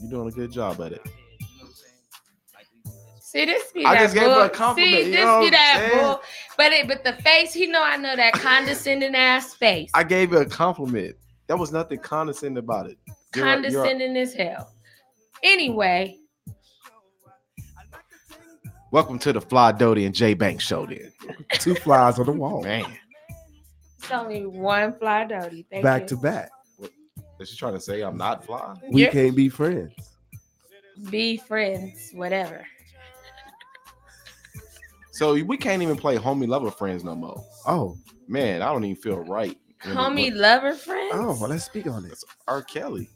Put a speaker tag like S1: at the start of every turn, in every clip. S1: You're doing a good job at it.
S2: See, this be
S1: I
S2: that
S1: just gave her a
S2: bull-
S1: compliment,
S2: See,
S1: you
S2: this
S1: know what
S2: be
S1: I'm
S2: that
S1: saying?
S2: bull. But it, but the face, he know I know that condescending ass face.
S1: I gave you a compliment. That was nothing condescending about it. You're a- you're a-
S2: condescending as hell. Anyway,
S1: Welcome to the Fly Dodie and J Bank show, then.
S3: Two flies on the wall,
S1: Man,
S2: it's only one fly dotty. Thank
S3: back
S2: you.
S3: to back.
S1: is she trying to say I'm not fly?
S3: We
S2: You're-
S3: can't be friends.
S2: be friends, whatever.
S1: So we can't even play homie lover friends no more.
S3: Oh,
S1: Man, I don't even feel right. When it-
S2: Homie
S1: when-
S2: lover friends.
S3: oh, well, let's speak on this.
S1: R. Kelly.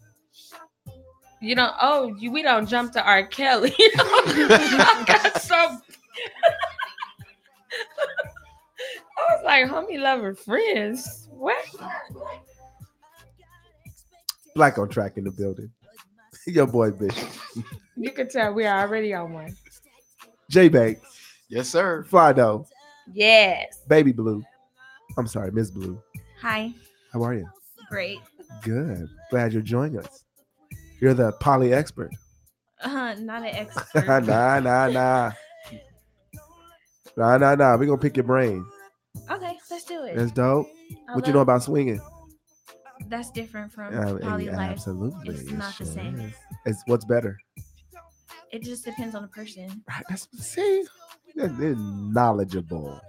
S2: You don't. Oh, you, we don't jump to R. Kelly. I got so. I was like, homie lover friends. What?
S3: Black on track in the building. Your boy Bishop.
S2: You can tell we are already on one.
S3: J Banks.
S1: Yes, sir.
S3: Fido.
S2: Yes.
S3: Baby Blue. I'm sorry, Miss Blue.
S4: Hi.
S3: How are you?
S4: Great.
S3: Good. Glad you're joining us. You're the poly expert.
S4: Uh, not an
S3: nah,
S4: expert.
S3: nah, nah. Nah, nah, nah. We're going to pick your brain.
S4: okay, let's do it.
S3: That's dope.
S4: I
S3: What you know
S4: love-
S3: about swinging?
S4: That's different from
S3: Uh,
S4: poly life.
S3: absolutely.
S4: It's
S3: it
S4: not the
S3: sure
S4: same.
S3: is. It's what's better.
S4: It just depends on the person.
S3: Right, That's see, they're, they're knowledgeable.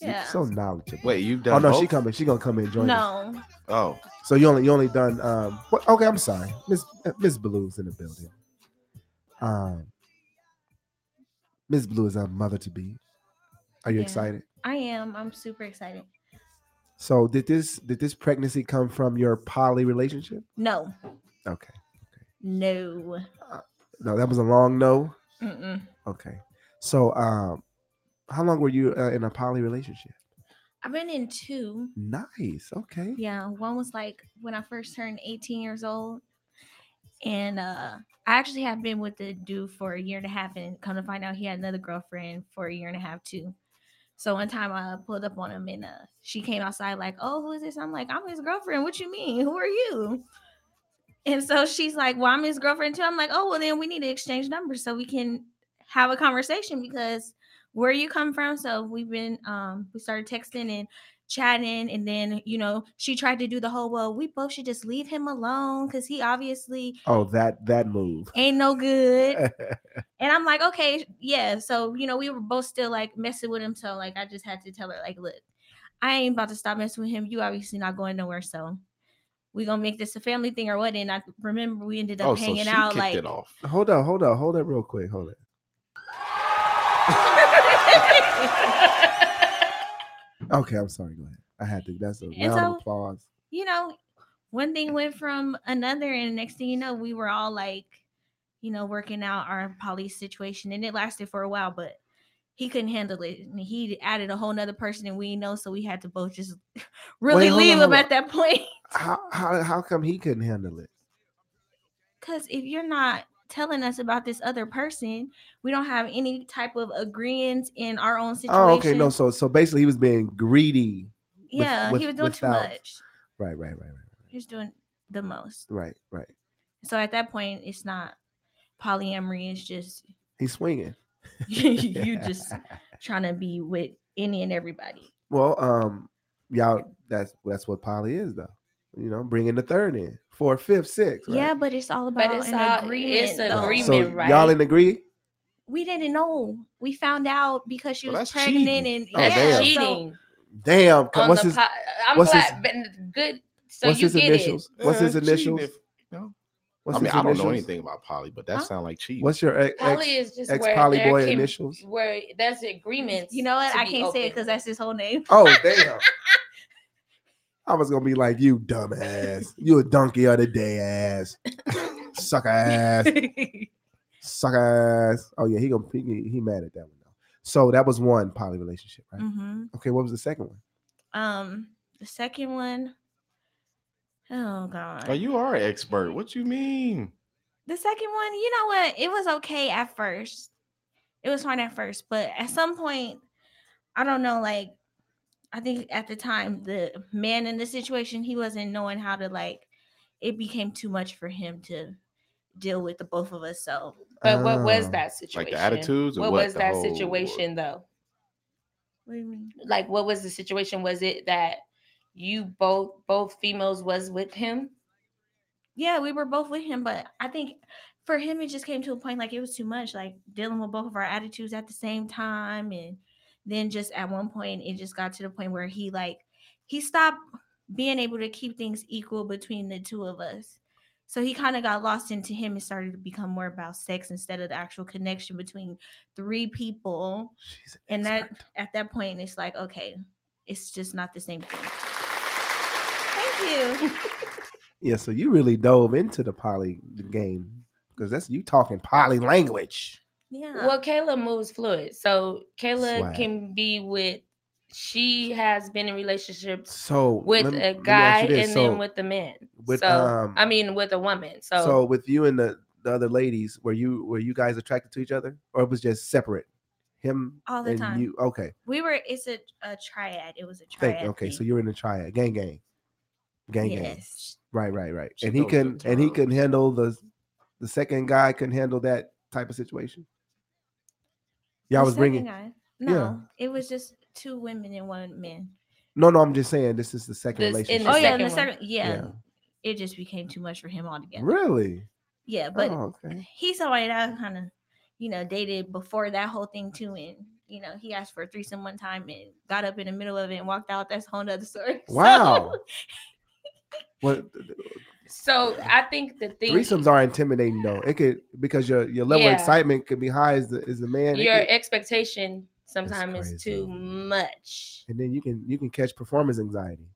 S4: Yeah.
S3: So knowledgeable.
S1: Wait, you've done
S3: Oh no, she
S1: both?
S3: coming. She gonna come and join us.
S4: no.
S1: Oh,
S3: So you only you only done um. What, okay, I'm sorry. Miss uh, Miss Blue's in the building. Um, Miss Blue is our mother to be. Are you
S4: Yeah.
S3: excited?
S4: I am. I'm super excited.
S3: So did this did this pregnancy come from your poly relationship?
S4: No.
S3: Okay.
S4: No.
S3: No, that was a long no.
S4: Mm-mm.
S3: Okay. So um, how long were you uh, in a poly relationship?
S4: I've been in two.
S3: Nice. Okay.
S4: Yeah. One was like when I first turned 18 years old. And uh I actually have been with the dude for a year and a half and come to find out he had another girlfriend for a year and a half too. So one time I pulled up on him and uh she came outside like, Oh, who is this? I'm like, I'm his girlfriend. What you mean? Who are you? And so she's like, Well, I'm his girlfriend too. I'm like, Oh, well then we need to exchange numbers so we can have a conversation because where you come from. So we've been um we started texting and chatting and then you know she tried to do the whole well we both should just leave him alone because he obviously
S3: Oh, that that move.
S4: ain't no good
S1: Eh.
S4: and i'm like okay yeah so you know we were both still like messing with him so like i just had to tell her like look i ain't about to stop messing with him you obviously not going nowhere so we gonna make this a family thing or what and i remember we ended up
S1: oh, so
S4: hanging
S1: she
S4: out
S1: kicked
S4: like
S1: it off.
S3: Hold up, hold up, hold up, real quick. Hold it. Okay, I'm sorry. Go ahead. I had to. That's a
S4: And
S3: round of
S4: so-
S3: applause.
S4: you know, one thing went from another, and next thing you know, we were all like, you know, working out our poly situation, and it lasted for a while, but he couldn't handle it, and he added a whole nother person, and we didn't know, so we had to both just really
S3: hold on,
S4: leave him
S3: hold on.
S4: at that point.
S3: How how how come he couldn't handle it?
S4: Because if you're not telling us about this other person, we don't have any type of agreement in our own situation.
S3: Oh, okay. No, so so basically he was being greedy.
S4: yeah,
S3: with-
S4: he was doing
S3: without-
S4: too much.
S3: Right, right, right, right,
S4: He was doing the most.
S3: right, right.
S4: So at that point, it's not polyamory. It's just
S3: He's swinging.
S4: you just trying to be with any and everybody.
S3: well, um, y'all. That's that's what poly is, though. You know, bringing the third in, four, fifth, sixth. Right?
S4: Yeah, but it's all
S2: But
S4: about
S2: it's
S4: an
S2: all-
S4: agreement.
S2: it's an
S4: though.
S2: agreement.
S3: So
S2: right?
S3: y'all in agree?
S4: we didn't know. We found out because she
S1: Well,
S4: was
S1: that's
S4: pregnant,
S1: cheating.
S4: and
S3: Oh,
S2: That's
S3: damn.
S4: so-
S2: cheating.
S3: Damn.
S2: on
S3: what's
S2: the
S3: his
S2: po- I'm
S3: what's his-
S2: glad, but good. So
S3: What's
S2: you
S3: his
S2: get
S3: initials? What's his
S1: Yeah, cheating
S3: initials?
S1: if- no.
S3: What's
S1: I mean,
S3: his
S1: I don't know
S3: initials?
S1: anything about Polly, but that
S4: Huh?
S1: sounds like cheating.
S3: What's your ex?
S2: it. Poly is just
S3: ex
S2: where
S3: poly
S2: there
S3: boy
S2: can-
S3: initials?
S2: Where that's agreements.
S4: You know what?
S2: to
S4: I
S2: be
S4: can't say it
S2: open.
S4: because that's his whole name.
S3: Oh damn! I was gonna be like you, dumbass. You a donkey of the day, ass. Sucker ass. Sucker ass. Oh yeah, he gonna he, he- he mad at that one though. So that was one poly relationship,
S2: Mm.
S3: right?
S4: hmm
S3: Okay, what was the second one?
S4: Um, the second one. Oh god.
S1: Oh, you are an expert. What you mean?
S4: The second one, you know what? It was okay at first. It was fine at first, but at some point, I don't know, like I think at the time the man in the situation, he wasn't knowing how to like it became too much for him to deal with the both of us. So
S2: But what was
S3: Oh.
S2: that
S5: Like
S2: situation?
S5: the attitudes or
S2: What,
S5: what?
S2: was
S5: The
S2: that
S5: whole-
S2: situation though?
S4: what do you mean?
S2: Like what was the situation? Was it that you both both females was with him?
S4: Yeah, we were both with him, but I think for him it just came to a point like it was too much, like dealing with both of our attitudes at the same time, and then just at one point it just got to the point where he like he stopped being able to keep things equal between the two of us. So he kind of got lost into him and started to become more about sex instead of the actual connection between three people.
S3: She's an
S4: And that
S3: expert.
S4: at that point it's like, okay, it's just not the same thing. Thank you.
S3: Yeah, so you really dove into the poly game because that's you talking poly language.
S4: Yeah.
S2: Well, Kayla moves fluid. So Kayla
S3: Swag.
S2: can be with she has been in relationships
S3: So
S2: with
S3: lem-
S2: a
S3: let me
S2: guy
S3: ask you
S2: and
S3: this. So-
S2: then with a man.
S3: with,
S2: so
S3: um,
S2: I mean with a woman. So,
S3: so, with you and the, the other ladies, were you were you guys attracted to each other, or it was just separate? Him
S4: All the
S3: and
S4: time.
S3: You okay?
S4: We were. It's a, a triad. It was a triad.
S3: Thank. Okay, so
S4: thing.
S3: you're in the triad, gang, gang, gang, gang.
S4: yes.
S3: Right, right, right.
S5: She
S3: and he
S5: knows the
S3: can and he
S5: terms.
S3: couldn't handle the the second guy couldn't handle that type of situation. Yeah, I
S4: The
S3: was bringing.
S4: second guy- No, it was just two women and one man.
S3: No, no, I'm just saying this is the second
S2: This- in
S3: relationship.
S2: The
S4: oh yeah, and the
S2: second one.
S4: second. Yeah,
S3: Yeah.
S4: it just became too much for him altogether.
S3: Really?
S4: Yeah, but
S3: oh, okay.
S4: he's somebody that I kind of, you know, dated before that whole thing too, and you know, he asked for a threesome one time and got up in the middle of it and walked out. That's a whole nother story. So,
S3: Wow. What
S2: so I think the thing
S3: threesomes are intimidating though. It could because your your level
S2: Yeah.
S3: of excitement could be high as the as the man. It
S2: your
S3: could-
S2: expectation sometimes is
S3: crazy.
S2: too much.
S3: and then you can you can catch performance anxiety.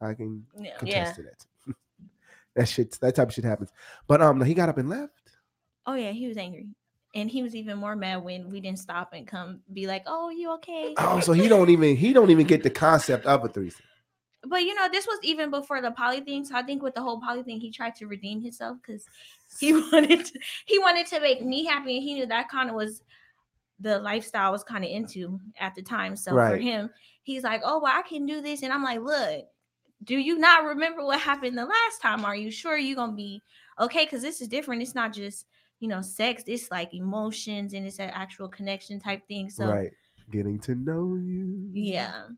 S3: I can
S4: yeah.
S2: Yeah.
S3: contest to that. that shit that type of shit happens. But um he got up and left.
S4: Oh yeah, he was angry. And he was even more mad when we didn't stop and come be like, "Oh, you okay?"
S3: Oh, so he don't even he don't even get the concept of a threesome.
S4: but you know, this was even before the poly thing. So I think with the whole poly thing, he tried to redeem himself because he wanted to, he wanted to make me happy, and he knew that kind of was the lifestyle I was kind of into at the time. So for
S3: Right.
S4: him, he's like, "Oh, well, I can do this," and I'm like, "Look, do you not remember what happened the last time? Are you sure you're gonna be okay? Because this is different. It's not just you know sex. It's like emotions and it's an actual connection type thing. So
S3: right. Getting to know you.
S4: yeah,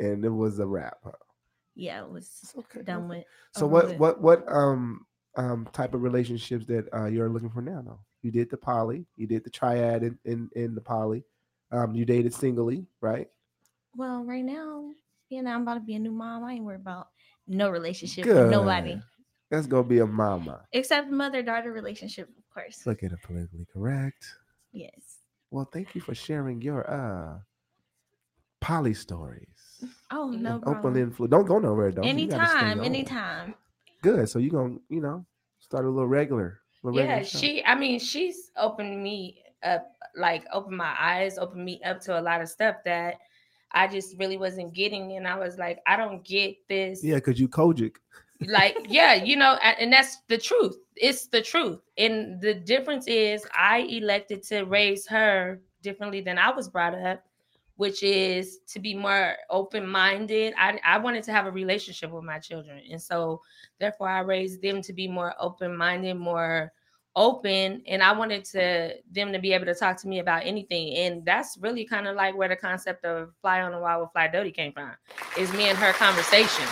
S3: And it was a wrap. huh?
S4: yeah, it was
S3: okay.
S4: done with.
S3: So
S4: over
S3: what
S4: with.
S3: what what um um type of relationships that uh, you're looking for now though? You did the poly, you did the triad in, in, in the poly. Um, you dated singly, right?
S4: Well, right now, you know, I'm about to be a new mom. I ain't worried about no relationship with
S3: Good.
S4: nobody.
S3: That's gonna be a mama.
S4: Except mother daughter relationship, of course.
S3: Look at it politically correct.
S4: Yes.
S3: Well, thank you for sharing your uh poly stories.
S4: Oh
S2: Mm.
S4: no.
S3: Open
S4: problem.
S3: influence. Don't go nowhere though. You gotta stay
S4: Anytime,
S3: on.
S4: anytime.
S3: Good. So you gonna, you know, start a little regular. little
S2: Yeah,
S3: regular show.
S2: she I mean she's opened me up like opened my eyes, opened me up to a lot of stuff that I just really wasn't getting and I was like I don't get this.
S3: Yeah, because you Kojic.
S2: like yeah you know a- and that's the truth it's the truth and the difference is i elected to raise her differently than i was brought up which is to be more open-minded i, I wanted to have a relationship with my children and so therefore i raised them to be more open-minded more open and i wanted to them to be able to talk to me about anything and that's really kind of like where the concept of fly on the wall with fly Dodie came from is me and her conversation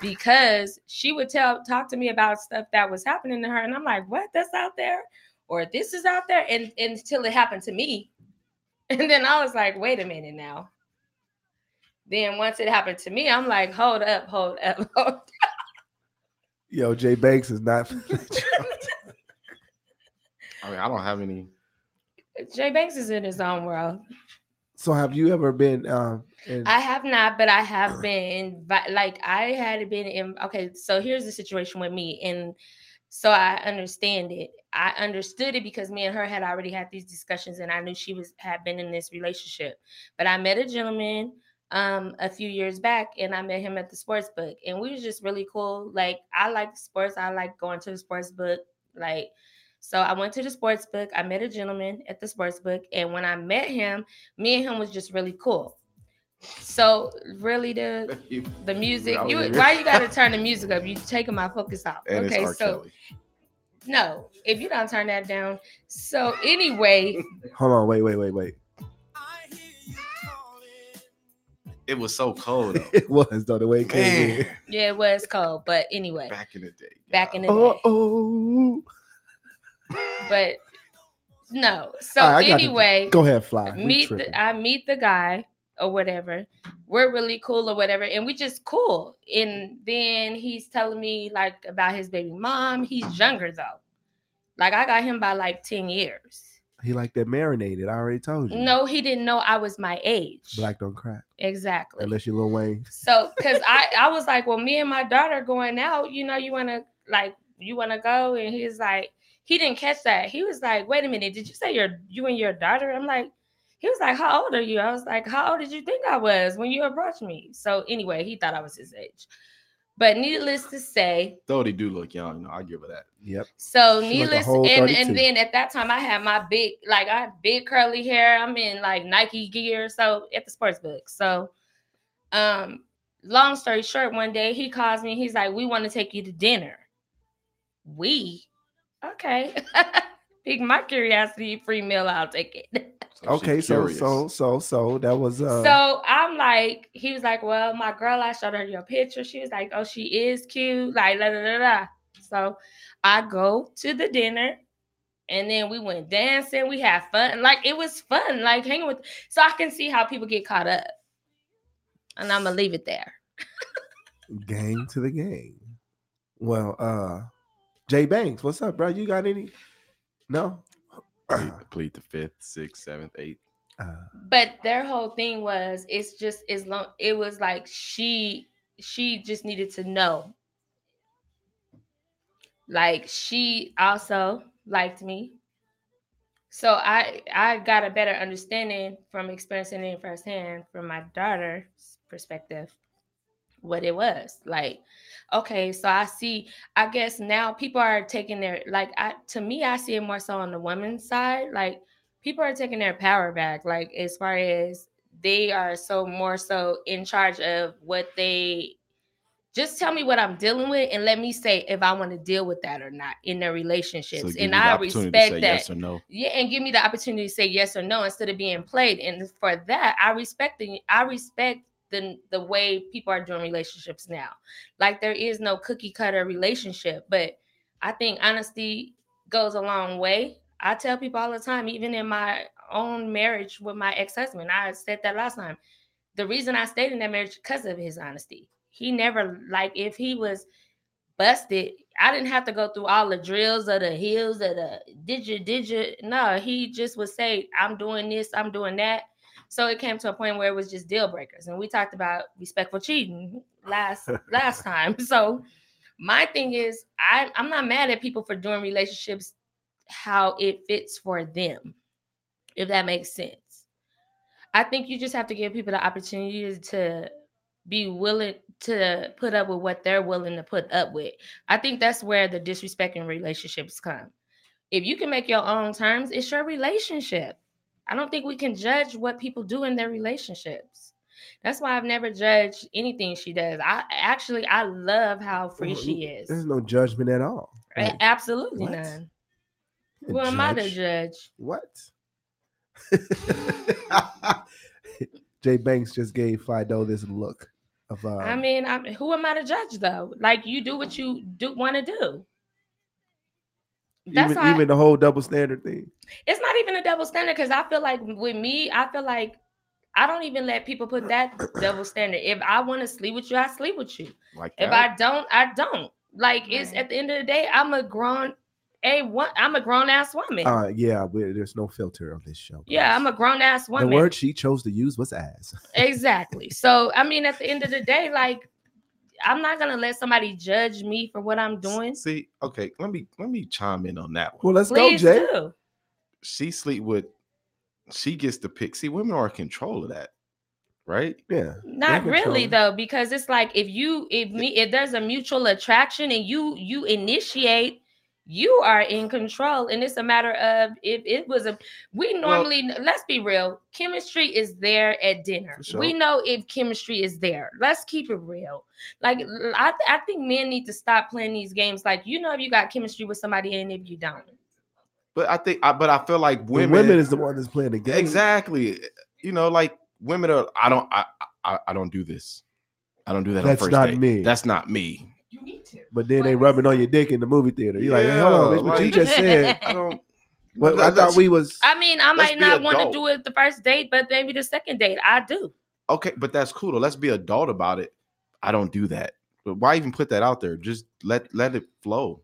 S2: because she would tell talk to me about stuff that was happening to her and i'm like what that's out there or this is out there and, and until it happened to me and then i was like wait a minute now then once it happened to me i'm like hold up hold up hold up.
S3: Yo, Jay Banks is not
S5: I mean, I don't have any.
S2: jay banks is in his own world
S3: So have you ever been um in,
S2: I have not, but I have been invi- like I had been in okay, so here's the situation with me and so I understand it. I understood it because me and her had already had these discussions and I knew she was had been in this relationship. But I met a gentleman um a few years back and I met him at the sports book and we was just really cool. Like I like sports, I like going to the sports book, like so I went to the sports book. I met a gentleman at the sports book, and when I met him, me and him was just really cool. So really, the the music.
S5: That
S2: You
S5: was-
S2: why you gotta turn the music up? You taking my focus off.
S5: And
S2: okay,
S5: it's R.
S2: so
S5: Kelly.
S2: No, if you don't turn that down. So anyway,
S3: Hold on, wait, wait, wait, wait.
S5: It was so cold though.
S3: It was though the way it came in.
S5: Man,
S2: yeah, it was cold, but anyway,
S5: back in the day.
S2: back in the
S3: Oh,
S2: day.
S3: oh.
S2: But no. So
S3: All right, I got it.
S2: anyway,
S3: Go ahead, fly. We
S2: meet
S3: tripping.
S2: the, I meet the guy or whatever. We're really cool or whatever, and we just cool. And then he's telling me like about his baby mom. He's younger though. Like I got him by like 10 years.
S3: he like that marinated. I already told you.
S2: No, he didn't know I was my age.
S3: Mm-hmm. Black don't crack.
S2: exactly.
S3: Unless you're Lil Wayne.
S2: So, cause I, I was like, well, me and my daughter going out, you know, you wanna like, you wanna go? And he's like, he didn't catch that. He was like, wait a minute, did you say your you and your daughter? I'm like, he was like, how old are you? I was like, how old did you think I was when you approached me? So anyway, he thought I was his age. But needless to say,
S5: Though they do look young, no, I give her that.
S3: Yep.
S2: so
S3: She like a
S2: needless
S3: whole
S2: and,
S3: 32.
S2: and then at that time I had my big like I had big curly hair. I'm in like Nike gear. So at the sports book. So um long story short, one day he calls me, he's like, We want to take you to dinner. We okay. Pick my curiosity, free meal, I'll take it.
S5: So she's
S3: Okay, so
S5: curious.
S3: so so so that was uh
S2: so I'm like, he was like, Well, my girl, I showed her your picture. She was like, Oh, she is cute. Like, la da da da. So I go to the dinner and then we went dancing. We had fun. Like, it was fun, like hanging with. So I can see how people get caught up. And I'm going to leave it there.
S3: gang to the gang. Well, uh Jay Banks, what's up, bro? You got any? No?
S5: Plead, plead the fifth, sixth, seventh, eighth.
S3: Uh,
S2: But their whole thing was it's just as long it was like she she just needed to know. Like she also liked me. So I I got a better understanding from experiencing it firsthand from my daughter's perspective what it was. Like okay, so I see I guess now people are taking their like I to me I see it more so on the woman's side like people are taking their power back like as far as they are so more so in charge of what they just tell me what I'm dealing with and let me say if I want to deal with that or not in their
S5: So
S2: relationships
S5: give you
S2: and
S5: the
S2: I
S5: opportunity
S2: respect
S5: to say
S2: that
S5: yes or no.
S2: yeah and give me the opportunity to say yes or no instead of being played and for that i respect the i respect the the way people are doing relationships now like there is no cookie cutter relationship but i think honesty goes a long way i tell people all the time even in my own marriage with my ex-husband i said that last time the reason i stayed in that marriage because of his honesty he never like if he was busted. I didn't have to go through all the drills or the hills or the did you did you no, he just would say, I'm doing this, I'm doing that. So it came to a point where it was just deal breakers. And we talked about respectful cheating last last time. So my thing is I, I'm not mad at people for doing relationships how it fits for them, if that makes sense. I think you just have to give people the opportunity to be willing to put up with what they're willing to put up with. I think that's where the disrespect in relationships come. If you can make your own terms, it's your relationship. I don't think we can judge what people do in their relationships. That's why I've never judged anything she does. I actually I love how free she is.
S3: There's no judgment at all.
S2: A-
S3: Like,
S2: Absolutely
S3: what?
S2: none.
S3: a
S2: Who am I to
S3: judge?
S2: judge?
S3: What? Jay Banks just gave Fido this look of uh
S2: I mean, I'm, who am I to judge though? Like you do what you do want to do. That's
S3: even,
S2: why
S3: even the whole double standard thing.
S2: it's not even a double standard because I feel like with me, I feel like I don't even let people put that double standard. If I want to sleep with you, I sleep with you.
S5: Like
S2: If
S5: that.
S2: I don't, I don't. Like it's
S4: Right.
S2: at the end of the day, I'm a grown a one. I'm a grown ass woman.
S3: Uh yeah, we- there's no filter on this show.
S2: yeah,
S3: guys.
S2: I'm a grown ass
S3: the
S2: woman.
S3: word she chose to use was ass.
S2: Exactly. So I mean, at the end of the day, like I'm not gonna let somebody judge me for what I'm doing.
S5: See, okay, let me let me chime in on that one.
S3: Well, let's
S2: Please
S3: go, Jay.
S2: do.
S5: she sleep with she gets to pick. See, women are in control of that, right?
S3: Yeah.
S2: Not
S3: They
S2: really
S3: control
S2: though, because it's like if you if me if there's a mutual attraction and you you initiate you are in control and it's a matter of if it was a we normally let's be real chemistry is there at dinner
S1: For sure.
S2: we know if chemistry is there let's keep it real like I, I think men need to stop playing these games like you know if you got chemistry with somebody and if you don't
S5: But I think, I, but I feel like
S3: When
S5: women,
S3: women, is the one that's playing the game.
S5: exactly. You know, like women are. I don't. I. I, I don't do this. I don't do that.
S3: That's
S5: on first
S3: not
S5: date.
S3: me.
S5: That's not me.
S2: you need to
S3: But then they rubbing on your dick in the movie theater. You're like, hey, hold on,
S5: Yeah,
S3: bitch, what you
S5: like-
S3: just said.
S5: I don't.
S3: Well, I thought we was.
S2: i mean i
S5: Let's
S2: might
S5: be
S2: not want to
S5: adult.
S2: do it the first date but maybe the second date i do
S5: Okay, but that's cool. Though. Let's be adult about it. I don't do that. But why even put that out there? Just let let it flow.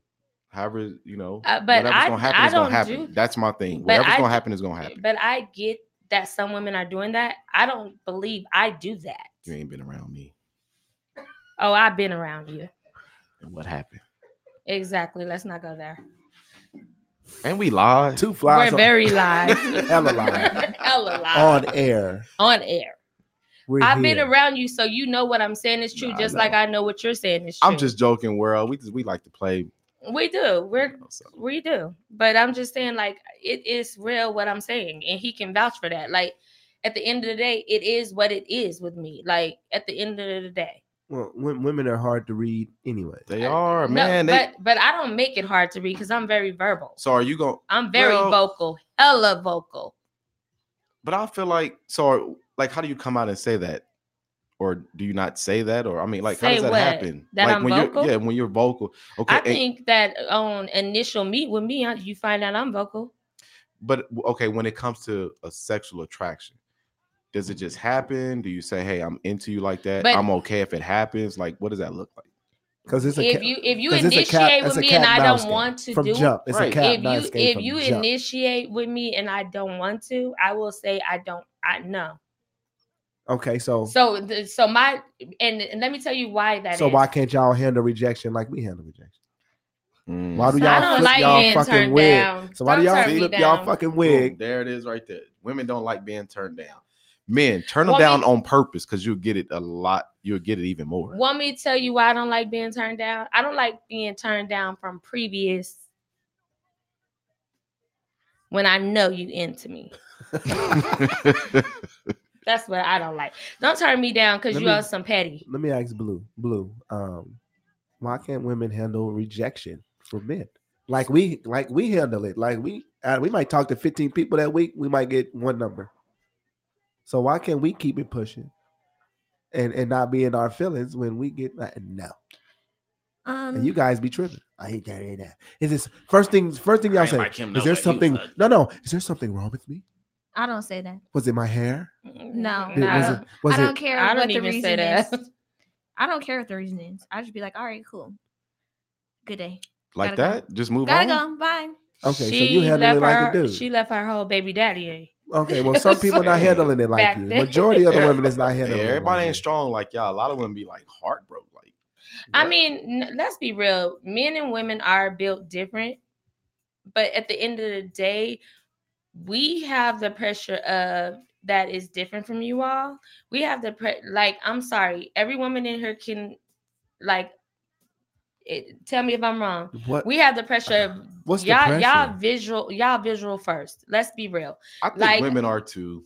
S5: However, you know,
S2: Uh, but
S5: whatever's
S2: I-
S5: gonna happen
S2: I
S5: is gonna
S2: don't
S5: happen.
S2: do-
S5: that's my thing.
S2: but
S5: Whatever's
S2: I-
S5: gonna happen is gonna happen.
S2: but i get that some women are doing that i don't believe i do that
S5: You ain't been around me.
S2: oh i've been around you
S5: And what happened?
S2: exactly let's not go there
S5: And we lied.
S3: Two flies
S2: We're
S3: on,
S2: very live.
S3: Hella live.
S2: Hella live.
S3: on air.
S2: On air.
S3: We're
S2: I've been
S3: here.
S2: around you, so you know what I'm saying is true,
S5: Nah, I
S2: just
S5: know.
S2: like I know what you're saying is true.
S5: I'm just joking, world. We just we like to play.
S2: we do. We're
S5: So,
S2: we do. But I'm just saying, like, it is real what I'm saying, and he can vouch for that. Like at the end of the day, it is what it is with me. Like at the end of the day.
S3: Well, wom- women are hard to read anyway.
S5: they are,
S2: Uh, No,
S5: man. they,
S2: but but I don't make it hard to read because I'm very verbal.
S5: so are you going to
S2: I'm very
S5: Well-
S2: vocal, hella vocal.
S5: but I feel like so like how do you come out and say that? Or do you not say that? Or I mean, like how
S2: Say
S5: does that
S2: what?
S5: happen?
S2: That
S5: like
S2: I'm
S5: when
S2: vocal?
S5: you're yeah, when you're vocal. Okay.
S2: I
S5: and-
S2: think that on initial meet with me, I- you find out I'm vocal.
S5: but w- okay, when it comes to a sexual attraction, does it just happen? Do you say, Hey, I'm into you like that?
S2: But-
S5: I'm okay if it happens? Like, what does that look like?
S3: Because it's a
S2: if
S3: cat-
S2: you if you
S3: 'cause it's a
S2: initiate
S3: cat- it's
S2: with
S3: a
S2: me
S3: cat
S2: and I
S3: mouse
S2: don't
S3: game
S2: want to
S3: from
S2: do
S3: jump. It's a
S5: Right.
S3: cat
S2: it,
S3: mouse
S2: if you
S3: game
S2: if
S3: from
S2: you
S3: jump.
S2: initiate with me and I don't want to, I will say I don't. I no.
S3: okay, so
S2: So the, so my and, and let me tell you why that is.
S3: so why can't y'all handle rejection like we handle rejection?
S5: Mm.
S3: Why do
S2: So Mm. I
S3: y'all
S2: don't
S3: flip
S2: like
S3: y'all
S2: being
S3: fucking
S2: turned
S3: wig?
S2: down.
S3: So why do
S2: Don't
S3: y'all
S2: turn me
S3: flip y'all
S2: down.
S3: fucking
S5: Boom,
S3: wig?
S5: there it is right there. Women don't like being turned down. Men, turn them
S2: Well,
S5: down
S2: we-
S5: on purpose because you'll get it a lot. You'll get it even more.
S2: Want me to tell you why I don't like being turned down? I don't like being turned down from previous when I know you into me. That's what I don't like. Don't turn me down because
S3: Let
S2: you
S3: me-
S2: are some petty.
S3: Let me ask Blue. Blue, um, why can't women handle rejection from men? Like we like we handle it. Like we uh, we might talk to 15 people that week, we might get one number. So why can't we keep it pushing? And, and not be in our feelings when we get like no, and
S4: Um,
S3: you guys be tripping. I hate that. Ain't that? Is this first thing? First thing y'all say? Is there something? No, no. Is there something wrong with me?
S4: I don't say that.
S3: Was it my hair?
S4: No,
S3: Did- was
S4: no.
S3: it? Was
S4: I don't
S3: it?
S4: care
S2: I
S4: what
S2: don't
S4: the
S2: even
S4: reason
S2: say
S4: is.
S2: that.
S4: I don't care what the reason is. I just be like, all right, cool. Good day.
S5: like
S4: Gotta go.
S5: that? Just move
S4: Gotta
S5: on.
S4: go. Bye.
S3: Okay, so you handle
S2: left
S3: it like a
S2: her,
S3: dude.
S2: She left her whole baby daddy. in.
S3: Okay, well, some people not handling it like
S2: Back
S3: you.
S2: then.
S3: Majority of the
S5: Yeah.
S3: women is not
S5: Yeah,
S3: handling. it
S5: everybody
S3: like
S5: ain't
S3: you.
S5: strong like y'all. A lot of women be like heartbroken. Like,
S2: I
S5: what?
S2: mean, n- let's be real. Men and women are built different, but at the end of the day, we have the pressure of that is different from you all. We have the pre- like. I'm sorry, every woman in here can like. It, tell me if I'm wrong.
S3: What?
S2: We have the pressure of
S3: What's the
S2: y'all. Y'all
S3: pressure?
S2: visual. Y'all visual first. Let's be real.
S5: I think
S2: like-
S5: women are too.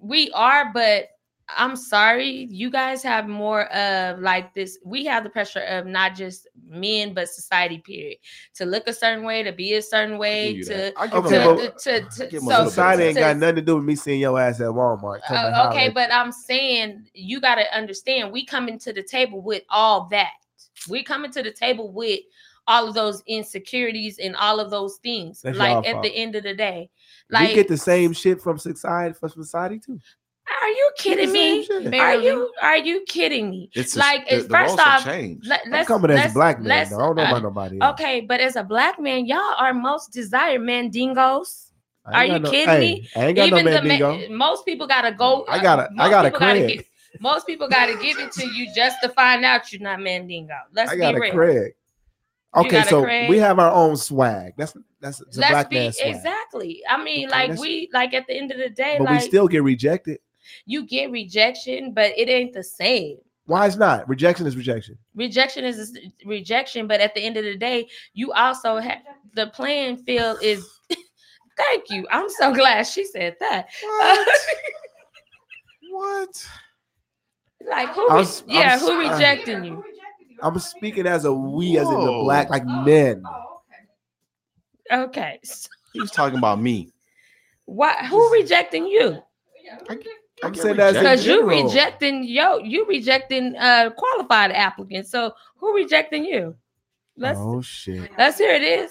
S2: we are, but I'm sorry, you guys have more of like this. We have the pressure of not just men, but society, period, to look a certain way, to be a certain
S5: I give
S2: way,
S5: you
S2: to.
S5: that. I
S2: To,
S5: give
S3: Okay,
S5: them
S3: but-
S5: that.
S2: to, to, to-
S5: give 'em a
S2: so,
S5: little
S3: Society ain't
S2: to-
S3: got nothing to do with me seeing your ass at Walmart. Come and
S2: uh,
S3: holler
S2: okay,
S3: at-
S2: but I'm saying you got to understand we coming to the table with all that. We're coming to the table with all of those insecurities and all of those things.
S3: That's y'all
S2: like at
S3: fault.
S2: the end of the day,
S3: we
S2: like
S3: get the same shit from society from society too.
S2: are you kidding
S3: same
S2: me?
S3: shit.
S2: Are
S4: Barely.
S2: you are you kidding me?
S5: It's just-
S2: like,
S5: the,
S2: it-
S5: the
S2: first
S5: roles have
S2: off,
S5: changed.
S2: Let,
S3: I'm
S2: let's,
S3: coming as
S2: let's-
S3: a black man.
S2: let's-
S3: Though. I don't know
S2: uh,
S3: about nobody. else.
S2: Okay, but as a black man, y'all are most desired mandingos.
S3: I ain't got
S2: are you
S3: no-
S2: kidding
S3: hey,
S2: me?
S3: I ain't got no
S2: the
S3: man
S2: ma- most people gotta go. uh,
S3: I got a- I
S2: most
S3: got a
S2: people gotta
S3: Craig.
S2: give- Most people gotta give it to you just to find out you're not mandingo. Let's
S3: I got
S2: be
S3: a
S2: real.
S3: Craig.
S2: You
S3: Okay,
S2: got a
S3: so
S2: Craig.
S3: we have our own swag. That's that's it's a
S2: Let's
S3: black
S2: be
S3: man swag.
S2: exactly. I mean,
S3: Okay,
S2: like
S3: that's-
S2: we like at the end of the day,
S3: But we
S2: like
S3: still get rejected.
S2: you get rejection, but it ain't the same.
S3: Why it's not? Rejection is rejection.
S2: rejection is is rejection but at the end of the day you also have the playing field is thank you i'm so glad she said that
S5: What?
S2: like who
S3: I'm
S2: re-
S3: s- I'm
S2: yeah
S3: s-
S2: who
S3: I-
S2: rejecting you
S3: I'm speaking as a we, as in the
S5: Whoa.
S3: black, like men.
S2: okay so
S5: He was talking about me.
S2: why who rejecting you
S5: I
S3: I'm
S5: get
S3: saying that's-
S5: rejected.
S2: because you
S3: general.
S2: rejecting yo you rejecting uh qualified applicants so who rejecting you let's
S3: Oh shit,
S2: let's hear it is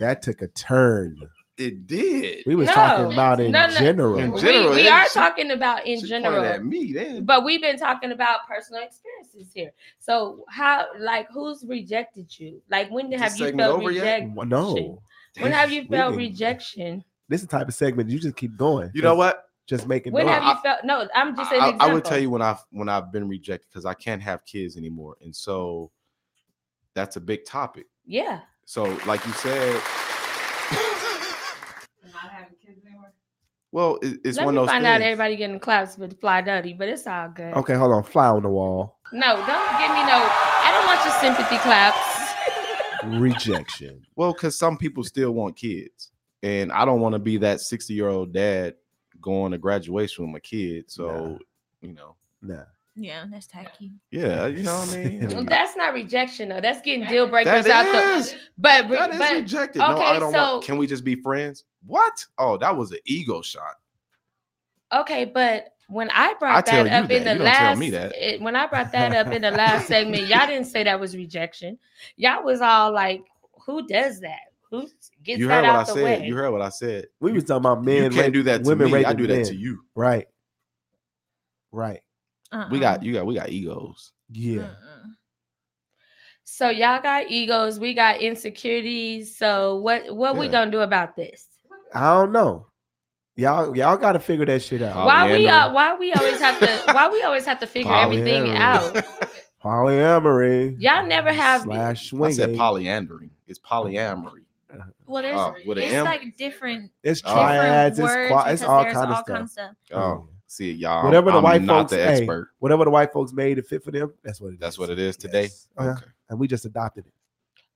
S3: that took a turn.
S5: It did.
S3: We was
S2: No.
S3: talking about in
S2: No, no.
S3: general.
S5: In
S2: we,
S5: general,
S2: we
S5: it-
S2: are
S5: she-
S2: talking about in
S5: She pointed
S2: general
S5: at me then.
S2: but we've been talking about personal experiences here. So how like who's rejected you? Like when
S5: Is
S2: have
S5: this
S2: you
S5: segment
S2: felt
S5: over yet?
S2: rejection?
S3: No,
S2: When have you
S3: We
S2: felt
S3: didn't-
S2: rejection?
S3: This is the type of segment you just keep going.
S5: You know what?
S3: Just making
S2: When
S3: noise.
S2: have you felt no, I'm just saying
S5: I, I would tell you when I've when I've been rejected because I can't have kids anymore, and so that's a big topic.
S2: Yeah.
S5: So, like you said, well, it, it's
S2: Let
S5: one
S2: me
S5: of those
S2: find out
S5: things.
S2: everybody getting claps with fly dirty, but it's all good.
S3: okay, hold on. Fly on the wall.
S2: No, don't give me no I don't want your sympathy claps.
S3: Rejection.
S5: Well, because some people still want kids, and I don't want to be that sixty-year-old dad going to graduation with my kid. So, you know,
S3: Nah.
S4: Yeah, that's tacky.
S5: yeah, you know what I
S2: Well,
S5: mean.
S2: that's not rejection though. That's getting deal breakers
S5: That
S2: out the
S5: is,
S2: but,
S5: that is
S2: but
S5: rejected. no,
S2: okay,
S5: I don't want.
S2: so-
S5: Can we just be friends? What? Oh, that was an ego shot.
S2: Okay, but when I brought
S5: tell
S2: that
S5: you
S2: up in
S5: that.
S2: the
S5: You don't tell
S2: last,
S5: me that.
S2: it- when I brought that up in the last segment, y'all didn't say that was rejection. Y'all was all like, "Who does that? Who gets
S5: You
S2: that
S5: heard what I
S2: out the
S5: said.
S2: way?"
S5: You heard what I said.
S3: We was talking about men.
S5: you can't
S3: rape-
S5: do that to
S3: women
S5: me. I
S3: raping
S5: do that
S3: men.
S5: to you.
S3: Right. Right.
S4: Uh-uh.
S5: We got you got we got egos.
S3: Yeah.
S4: Uh-uh.
S2: so y'all got egos, we got insecurities. So what? What we
S5: Yeah.
S2: gonna do about this?
S3: I don't know. Y'all, y'all got to figure that shit out.
S5: Wow.
S2: Why we
S5: Polyandry.
S2: uh, Why we always have to? Why we always have to
S5: Oh,
S2: figure everything
S3: Polyandry.
S2: out?
S3: Polyamory.
S2: Y'all never have.
S3: slash
S5: I said
S3: swinging.
S5: polyandry. It's polyamory.
S4: Well, there's
S5: Oh, with an
S4: it's
S5: M?
S4: like different,
S3: it's
S5: Oh.
S3: triads.
S4: different
S3: It's
S4: words.
S3: qua-
S4: because
S3: It's all
S4: there's
S3: kind of
S4: all
S3: stuff.
S4: kinds of
S5: Oh, see y'all.
S3: Whatever the
S5: I'm
S3: white
S5: not
S3: folks-
S5: the
S3: hey.
S5: expert.
S3: Whatever the white folks made to fit for them, that's what it is.
S5: That's what it is today.
S3: Yes. Uh-huh.
S5: Okay.
S3: And we just adopted it.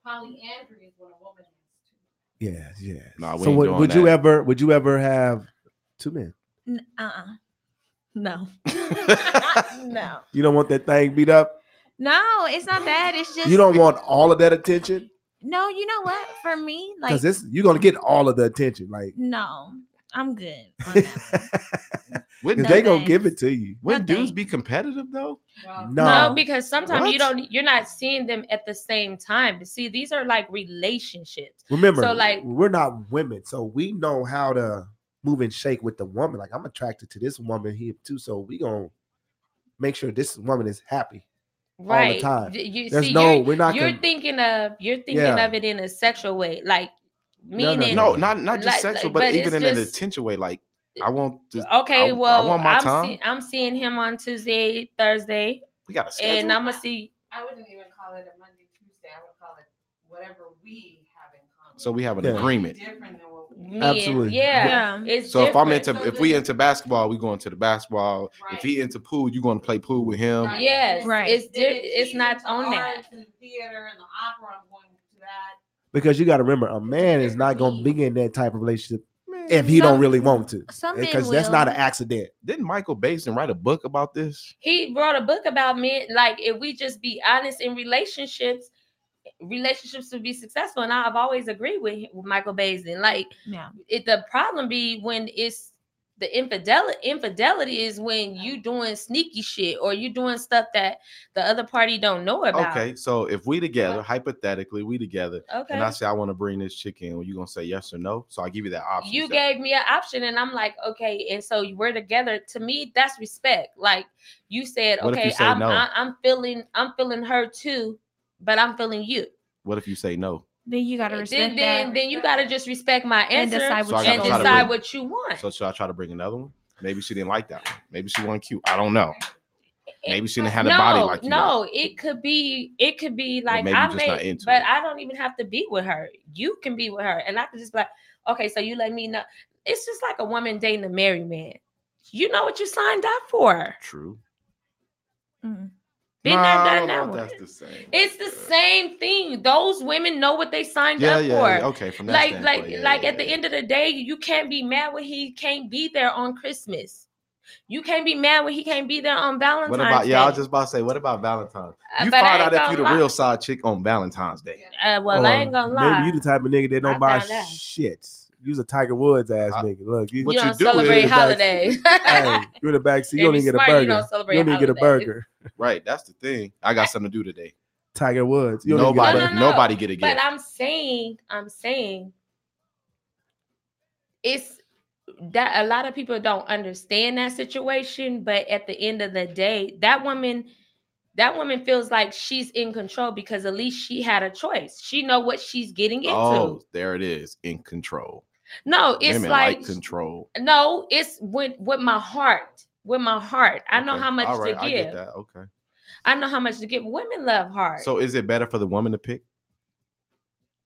S6: Polyandry is what a woman is.
S3: Yeah. Yeah.
S5: Nah, we
S3: so
S5: ain't
S3: would,
S5: doing
S3: would you
S5: that.
S3: ever? Would you ever have two men?
S4: N- uh-uh. No. no.
S3: You don't want that thing beat up.
S4: No, it's not that. It's just
S3: You don't want all of that attention
S4: No, you know what? For me, like
S3: because this you're gonna get all of the attention. Like
S4: no, I'm good. on that one.
S5: Wouldn't
S3: Because
S4: No
S3: they
S5: they
S3: gonna
S4: thanks.
S3: give it to you.
S5: would
S4: no
S5: dudes
S4: thanks.
S5: be competitive though?
S6: Wow.
S3: No.
S2: No, because sometimes you
S5: What?
S2: don't. You're not seeing them at the same time. But see, these are like relationships.
S3: Remember,
S2: So, like-
S3: we're not women, so we know how to move and shake with the woman. Like I'm attracted to this woman here too, so we gonna make sure this woman is happy. the
S2: right.
S3: time.
S2: D- You,
S3: There's
S2: see,
S3: no,
S2: you're,
S3: we're not.
S2: you're
S3: gonna,
S2: thinking of you're thinking
S3: Yeah.
S2: of it in a sexual way, like
S3: no,
S2: meaning.
S5: No, not not just
S2: Like-
S5: sexual,
S2: like-
S5: but,
S2: but
S5: even
S2: it's
S5: in an
S2: just-
S5: attention way. Like I want to I-
S2: Okay,
S5: I
S2: well,
S5: want my
S2: I'm
S5: time.
S2: see- I'm seeing him on Tuesday, Thursday,
S5: we gotta
S2: and
S5: schedule.
S2: I'm gonna see.
S6: I wouldn't even call it a Monday, Tuesday. I would call it whatever we have in common.
S5: So we have an
S3: Yeah.
S5: agreement.
S6: Different than what we
S2: Me and-
S3: Absolutely.
S2: yeah.
S4: Yeah.
S2: It's
S5: So if I'm into
S2: different.
S5: if we into basketball, we going to the basketball.
S6: Right.
S5: If he um, into pool, you going to play pool with him.
S6: Right.
S2: yes,
S4: Right.
S2: right, it's di-
S6: If
S2: it's
S6: he's
S2: not
S6: into
S2: on that.
S6: arts and theater and the opera, I'm going to that.
S3: because you got to remember, a man is not gonna be in that type of relationship if he don't
S4: Some-
S3: really want to,
S4: Some men
S3: because that's not
S4: will.
S3: an accident.
S5: Didn't Michael Basin write a book about this?
S2: He wrote a book about men. Like if we just be honest in relationships, relationships would be successful. And I've always agreed with, with Michael Bazin. Like
S4: Yeah.
S2: it the problem be when it's the infidelity infidelity is when you doing sneaky shit or you doing stuff that the other party don't know about.
S5: Okay, so if we together, hypothetically, we together,
S2: Okay.
S5: and I say I want to bring this chicken, well, you gonna say yes or no? So I give you that option.
S2: you
S5: So-
S2: gave me an option and I'm like, okay, and so we're together. To me, that's respect. Like you said,
S5: What if you
S2: okay,
S5: say
S2: I'm
S5: no?
S2: I, I'm feeling I'm feeling her too, but I'm feeling you.
S5: what if you say no?
S4: Then you gotta respect
S2: Then then,
S4: that.
S2: then you gotta just respect my
S4: And
S2: answer
S4: decide
S5: So I gotta
S4: what you
S2: and
S5: try to
S2: decide
S5: win.
S2: what you want.
S5: So should I try to bring another one? Maybe she didn't like that one. Maybe she wasn't cute. I don't know. Maybe she didn't have a body like you.
S2: no it could be it could be like
S5: maybe
S2: i
S5: you just not
S2: may
S5: into
S2: but
S5: it.
S2: i don't even have to be with her you can be with her and i can just be like okay so you let me know it's just like a woman dating a married man you know what you signed up for
S5: True.
S4: Mm.
S2: Been
S5: Nah,
S2: there,
S5: I
S2: done
S5: don't know if
S2: that one.
S5: That's the same.
S2: It's the same thing. Those women know what they signed
S5: Yeah,
S2: up
S5: yeah,
S2: for.
S5: yeah, Okay, from that
S2: like,
S5: standpoint,
S2: like,
S5: yeah,
S2: like.
S5: yeah,
S2: At the
S5: yeah.
S2: end of the day, you can't be mad when he can't be there on Christmas. You can't be mad when he can't be there on Valentine's.
S5: What about? Yeah, I was
S2: Day.
S5: just about to say. What about Valentine's?
S2: Uh,
S5: You
S2: but I
S5: find out
S2: ain't
S5: if you
S2: gonna
S5: the
S2: lie.
S5: real side chick on Valentine's Day.
S2: Uh, well, I
S3: Hold
S2: ain't
S3: on.
S2: gonna lie.
S3: Um, Maybe you the type of nigga that don't
S2: I
S3: buy
S2: found out.
S3: shit. You's a Tiger Woods ass
S5: I-
S3: nigga. Look, you,
S5: what
S2: you
S5: you
S2: don't
S5: do
S2: celebrate
S5: is-
S2: holidays.
S3: hey, you're in the backseat. You
S2: If
S3: don't
S2: you
S3: even get a
S2: smart, you
S3: burger.
S2: don't celebrate
S3: even get a
S2: holidays.
S3: burger.
S5: Right. That's the thing. I got something to do today.
S3: Tiger Woods. You don't
S5: Nobody,
S3: even get a
S2: No, no, no.
S5: nobody get a gift.
S2: But I'm saying, I'm saying, it's that a lot of people don't understand that situation. But at the end of the day, that woman, that woman feels like she's in control because at least she had a choice. She know what she's getting into.
S5: Oh, there it is. In control.
S2: no, it's
S5: Women like,
S2: like,
S5: control.
S2: no, it's with with my heart. With my heart, I know
S5: Okay,
S2: how much
S5: all right,
S2: to
S5: I
S2: give.
S5: get that. Okay.
S2: I know how much to give. Women love hard.
S5: So is it better for the woman to pick?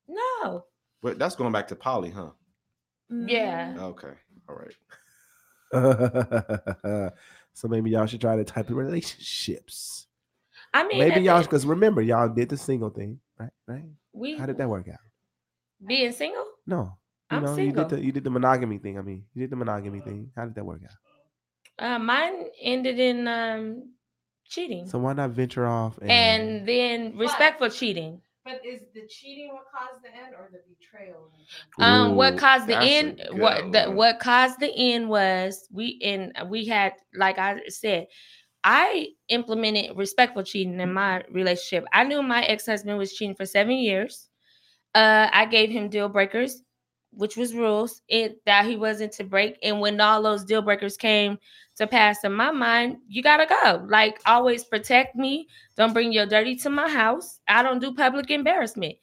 S2: no,
S5: But that's going back to poly, huh?
S2: Yeah.
S4: Mm.
S5: Okay. All right.
S3: burger. so maybe y'all should try to type in relationships.
S2: I mean at
S3: Maybe
S2: the
S3: y'all,
S2: end-
S3: because remember, y'all did the single thing, right? Right?
S2: we
S3: How did that work out?
S2: being single.
S3: No. You
S2: I'm
S3: know,
S2: single.
S3: you did the you did the monogamy thing. I mean, you did the monogamy thing. How did that work out?
S2: Uh, mine ended in um, cheating
S3: So why not venture off and,
S2: and then
S6: But-
S2: respectful cheating.
S6: But is the cheating what caused the end or the betrayal?
S2: Um,
S5: Ooh,
S2: what caused the
S5: that's a
S2: end?
S5: good
S2: What the,
S5: one.
S2: what caused the end was we and we had like I said, I implemented respectful cheating in my relationship. I knew my ex husband was cheating for seven years. Uh, I gave him deal breakers, which was rules it that he wasn't to break. And when all those deal breakers came to pass in my mind, you gotta go. Like always, protect me. Don't bring your dirty to my house. I don't do public embarrassment.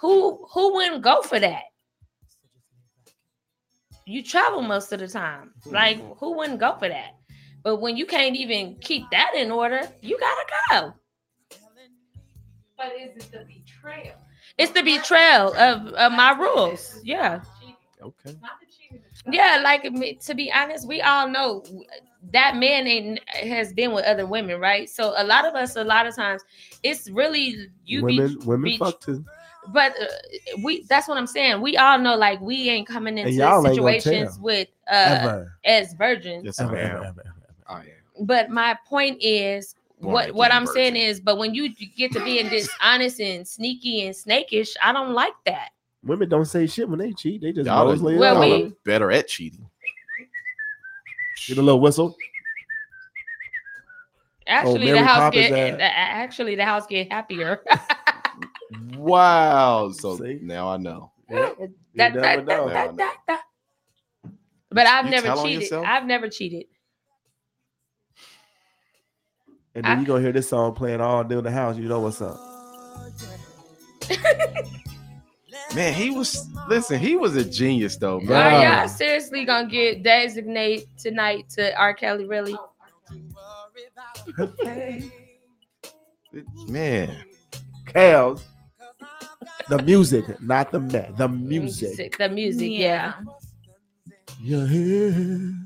S2: Who who wouldn't go for that? you travel most of the time.
S3: Hmm.
S2: Like, who wouldn't go for that? But when you can't even keep that in order, you gotta go.
S6: But is it the betrayal?
S2: It's the betrayal of, of my rules. Yeah.
S5: Okay.
S6: Not the cheating. itself.
S2: Yeah. Like, me- to be honest, we all know that man ain't, has been with other women, right? So, a lot of us, a lot of times, it's really you be-
S3: women women
S2: be-
S3: fuck too.
S2: but uh, we that's what I'm saying. We all know, like, we ain't coming into
S3: y'all ain't gonna
S2: situations
S3: tell.
S2: with uh,
S3: Ever.
S2: as virgins.
S5: Yes,
S3: Ever,
S5: I am.
S3: ever, ever, ever.
S5: I am.
S2: but my point is
S5: Born
S2: what what
S5: again
S2: I'm saying
S5: virgin.
S2: is, but when you get to being dishonest and sneaky and snakish, I don't like that.
S3: Women don't say shit when they cheat. They just
S5: Y'all,
S3: nose
S5: are,
S3: lay
S2: Well,
S3: out.
S5: y'all are
S2: we-
S5: better at cheating.
S3: Get a little whistle.
S2: Actually,
S3: Oh, Mary
S2: the house
S3: Poppins
S2: get
S3: that-
S2: a- actually the house get happier.
S5: Wow. So
S3: See?
S5: now I know.
S3: Yep. You
S2: That-
S3: never
S2: that-
S3: know.
S2: that- that-
S5: know.
S2: that- that. But I've
S5: You
S2: never
S5: tell on
S2: cheated.
S5: yourself?
S2: I've never cheated.
S3: And then
S2: I-
S3: you gonna hear this song playing all down the house. You know what's up.
S5: Man, he was listen, he was a genius though, man.
S2: Are
S3: Yeah.
S2: y'all seriously gonna get designate tonight to R. Kelly? Really?
S6: Oh, okay.
S5: Man.
S3: Kels. The music, not the man. The music.
S2: The music, yeah.
S3: Yeah. yeah.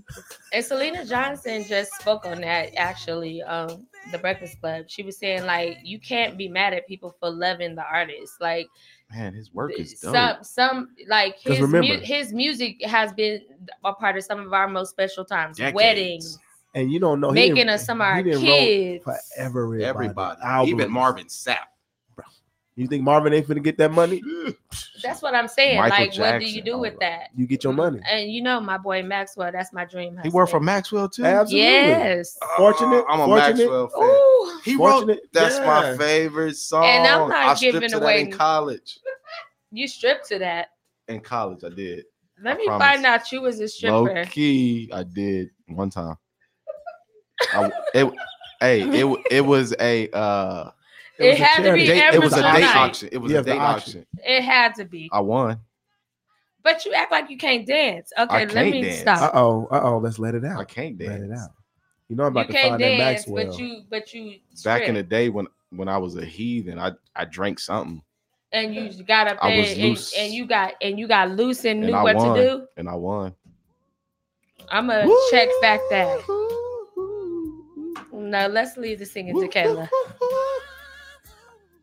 S2: And Selena Johnson just spoke on that actually, um, the Breakfast Club. She was saying like you can't be mad at people for loving the artist. Like
S5: Man, his work is dope.
S2: some some like
S3: 'Cause
S2: his mu-
S3: remember-
S2: his music has been a part of some of our most special times.
S5: Decades.
S2: Weddings,
S3: And you don't know he
S2: making
S3: didn't-
S2: us some of
S3: he
S2: our
S3: didn't
S2: kids.
S3: wrote for everybody.
S5: Everybody, even
S3: Albums.
S5: Marvin Sapp.
S3: You think Marvin ain't finna get that money?
S2: That's what I'm saying.
S5: Michael
S2: like, what do you
S5: Jackson,
S2: do
S5: all
S2: with
S5: of
S2: that?
S3: You get your money.
S2: And you know, my boy Maxwell, that's my dream.
S5: He worked for
S2: husband.
S5: Maxwell Oh, too. Uh,
S3: Absolutely.
S2: Yes.
S3: Fortunate,
S5: I'm a
S3: fortunate.
S5: Maxwell fan.
S2: Ooh.
S5: He wrote.
S3: Fortunate,
S5: That's my
S3: yeah.
S5: favorite song.
S2: And I'm not
S5: I stripped
S2: giving
S5: to
S2: away-
S5: that in college.
S2: You stripped to that.
S5: In college, I did.
S2: Let
S5: I
S2: me
S5: promise.
S2: find out you was a stripper.
S5: Low key, I did one time. I, it, hey, it it was a uh,
S2: It
S3: was a
S2: had to
S3: charity.
S2: be
S5: date. It was a
S2: Every
S5: date
S2: night.
S5: auction. It was
S3: Yeah,
S5: a
S3: the
S5: date
S3: auction.
S5: auction.
S2: It had to be.
S5: I won.
S2: But you act like you can't dance. Okay, let
S5: can't
S2: me
S5: dance.
S3: Uh
S2: stop.
S3: oh, uh oh, let's let it
S5: I
S3: out.
S5: can't
S3: Let
S5: dance.
S3: it out. You know I'm
S2: You
S3: about to
S2: can't
S3: find that
S2: dance,
S3: Maxwell.
S2: but you but you
S5: Back in the
S2: stripped
S5: day when when I was a heathen, I I drank something
S2: and you got up
S5: I
S2: there
S5: was
S2: and,
S5: loose.
S2: and you got and you got loose and
S5: And
S2: knew
S5: I
S2: what
S5: won.
S2: to do.
S5: and I won.
S2: I'm gonna check back that. No, let's leave the singing to Kayla.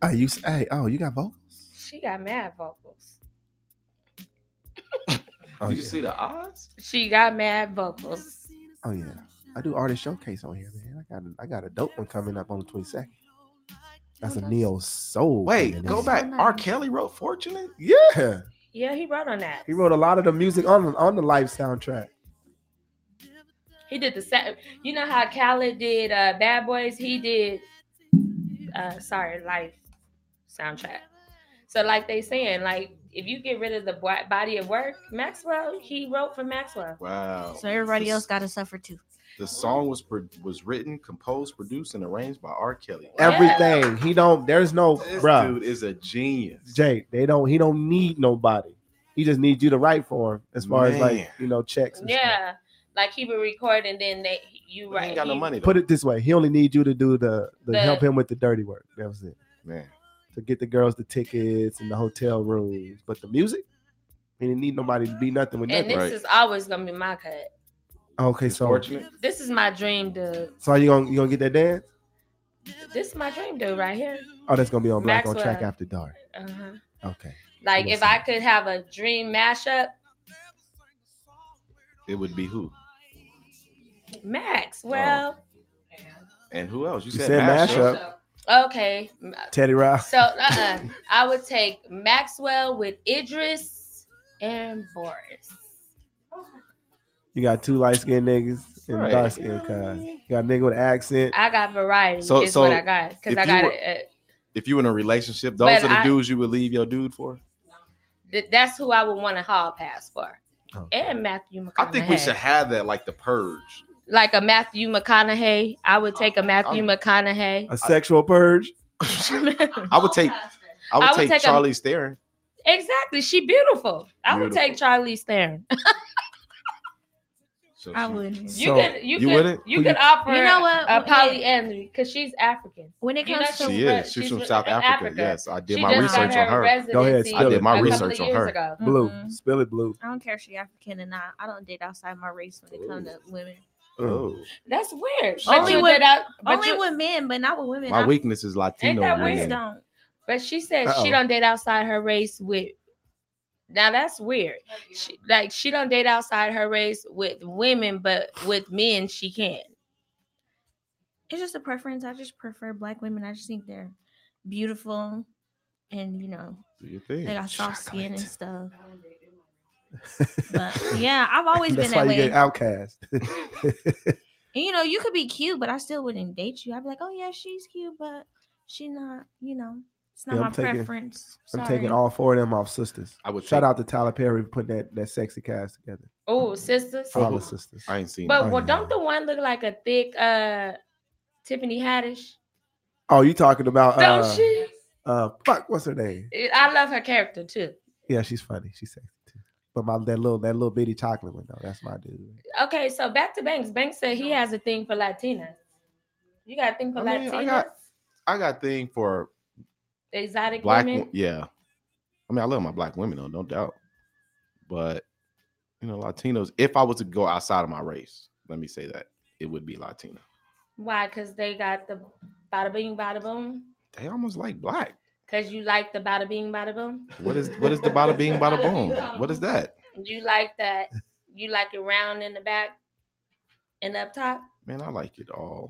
S3: Hey, you s- hey, oh, you got both?
S2: She got mad vocals.
S3: Oh,
S5: Did you
S3: yeah.
S5: see the odds?
S2: She got mad vocals.
S3: oh yeah. I do artist showcase on here, man. I got a, I got a dope one coming up on the 22nd. That's a neo soul.
S5: Wait,
S3: coming
S5: go
S3: in.
S5: back.
S4: nice.
S5: R. Kelly wrote Fortunate?
S3: Yeah.
S2: Yeah, he wrote on that.
S3: He wrote a lot of the music on on the live soundtrack.
S2: He did the set. You know how Khaled did uh, Bad Boys? He did, uh, sorry, Life soundtrack. So, like they saying, like if you get rid of the bo- body of work, Maxwell, he wrote for Maxwell.
S5: Wow.
S4: So everybody
S5: The-
S4: else got to suffer too.
S5: The song was pro- was written, composed, produced, and arranged by R. Kelly.
S2: Yeah.
S3: Everything. He don't there's no
S5: This
S3: bruh.
S5: dude is a genius.
S3: Jay, they don't he don't need nobody. He just needs you to write for him as far as like
S5: Man.
S3: you know checks. and stuff.
S2: Yeah, like he would record and then they you
S5: He ain't
S2: write.
S5: got no
S2: he-
S5: money. Though.
S3: Put it this way, he only needs you to do the, the,
S2: The-
S3: help him with the dirty work. That was it.
S5: man.
S3: To get the girls the tickets and the hotel rooms, but the music, he didn't need nobody to be nothing with
S2: And
S3: nothing.
S2: this
S5: Right.
S2: is always gonna be my cut.
S3: Okay,
S5: It's
S3: so
S5: fortunate.
S2: This is my dream, dude.
S3: so you gonna you gonna get that dance?
S2: This is my dream, dude, right here.
S3: Oh, that's gonna be on Black on Track
S2: Maxwell.
S3: after dark.
S2: Uh-huh.
S3: Okay,
S2: Like
S3: Yes,
S2: if I
S3: sir.
S2: could have a dream mashup,
S5: It would be who Oh.
S2: Max. Well,
S5: and who else? You,
S3: You
S5: said,
S3: said
S5: mashup.
S3: mashup.
S2: okay.
S3: Teddy Rouse.
S2: So uh-uh. I would take Maxwell with Idris and Boris.
S3: You got two light skinned niggas and
S5: Right.
S3: dark skinned cuz. You got a nigga with an accent.
S2: I got variety.
S5: So-
S2: is
S5: so
S2: what I got because
S5: if
S2: I
S5: you
S2: got
S5: were-
S2: it. uh,
S5: If you in a relationship, those
S2: But
S5: are the
S2: I-
S5: dudes you would leave your dude for.
S2: uh, th- that's who I would want to hall pass for.
S3: Oh.
S2: And Matthew McConaughey.
S5: I think we should have that like the purge.
S2: like a Matthew McConaughey. I would take a Matthew McConaughey.
S3: A sexual purge.
S5: I would take I would,
S2: I would
S5: take,
S2: take a-
S5: Charlie Theron.
S2: exactly. She beautiful. I would
S5: Beautiful.
S2: take Charlie Theron.
S5: So
S4: I
S5: she-
S4: wouldn't.
S2: You
S3: So,
S2: could you,
S5: you
S2: could
S5: wouldn't?
S2: you
S3: Who
S2: could
S3: you-
S2: offer
S4: You know what?
S2: a
S4: When-
S2: polyandry because she's African.
S4: When it
S2: You know
S4: comes to
S5: She
S2: She's
S5: is.
S2: re-
S5: She's from
S2: she's
S5: South
S2: from
S5: Africa.
S2: Africa.
S5: Yes, I did
S2: she
S5: my
S2: just
S4: got
S5: research
S2: got
S5: on
S2: her
S5: her.
S2: residency
S3: Go ahead, spill
S5: I did
S3: it.
S5: my
S2: a couple
S5: research
S2: of
S5: on
S2: years
S5: her.
S2: ago.
S3: Blue.
S4: Mhm.
S3: Spill it blue.
S4: I don't care if she African or not. I don't date outside my race when it comes to women.
S5: Oh,
S3: Mm.
S2: That's weird.
S5: Only
S2: But you
S4: with-
S2: did out, but
S4: Only
S2: you-
S4: with men, but not with women.
S5: my
S4: I
S5: weakness is
S2: Ain't
S5: Latino.
S2: that
S4: I
S5: women.
S4: just
S2: weird?
S4: don't.
S2: But she said
S3: Uh-oh.
S2: she don't date outside her race with. Now that's weird. She, like she don't date outside her race with women, but with men she can.
S4: It's just a preference. I just prefer black women. I just think they're beautiful, and you know
S5: Do you
S4: they
S5: think?
S4: got soft skin and
S3: Chocolate.
S4: stuff. But yeah, I've always been
S3: That's why
S4: that
S3: you
S4: way.
S3: get outcast.
S4: And you know, you could be cute, but I still wouldn't date you. I'd be like, oh yeah, she's cute, but she not, you know, it's not
S3: Yeah,
S4: my
S3: I'm taking-
S4: preference.
S3: I'm taking
S4: Sorry.
S3: all four of them off sisters.
S5: I would
S3: Shout
S5: take-
S3: out to Tyler Perry for putting that, that sexy cast together.
S2: Oh, sisters.
S3: All the
S5: who-
S3: sisters.
S5: I ain't seen.
S2: But
S3: Oh,
S2: well,
S3: yeah.
S2: don't the one look like a thick uh Tiffany Haddish?
S3: Oh, you talking about
S2: Don't
S3: uh,
S2: she?
S3: uh fuck, what's her name?
S2: I love her character too.
S3: Yeah, she's funny. She's sexy too. But my that little that little bitty chocolate one though, that's my dude.
S2: Okay, so back to Banks. Banks said he has a thing for Latinas. You got a thing for
S5: I mean, I
S2: Latinas?
S5: got- I got thing for
S2: Exotic
S5: black.
S2: women.
S5: wo- Yeah, I mean, I love my black women though, no doubt. But you know, Latinos. If I was to go outside of my race, let me say that it would be Latino.
S2: Why? Because they got the bada bing, bada boom.
S5: They almost like black.
S2: Because you like the bada bing, bada boom.
S5: What is what is the bada bing, bada boom? What is that?
S2: You like that. You like it round in the back and up top.
S5: Man, I like it all.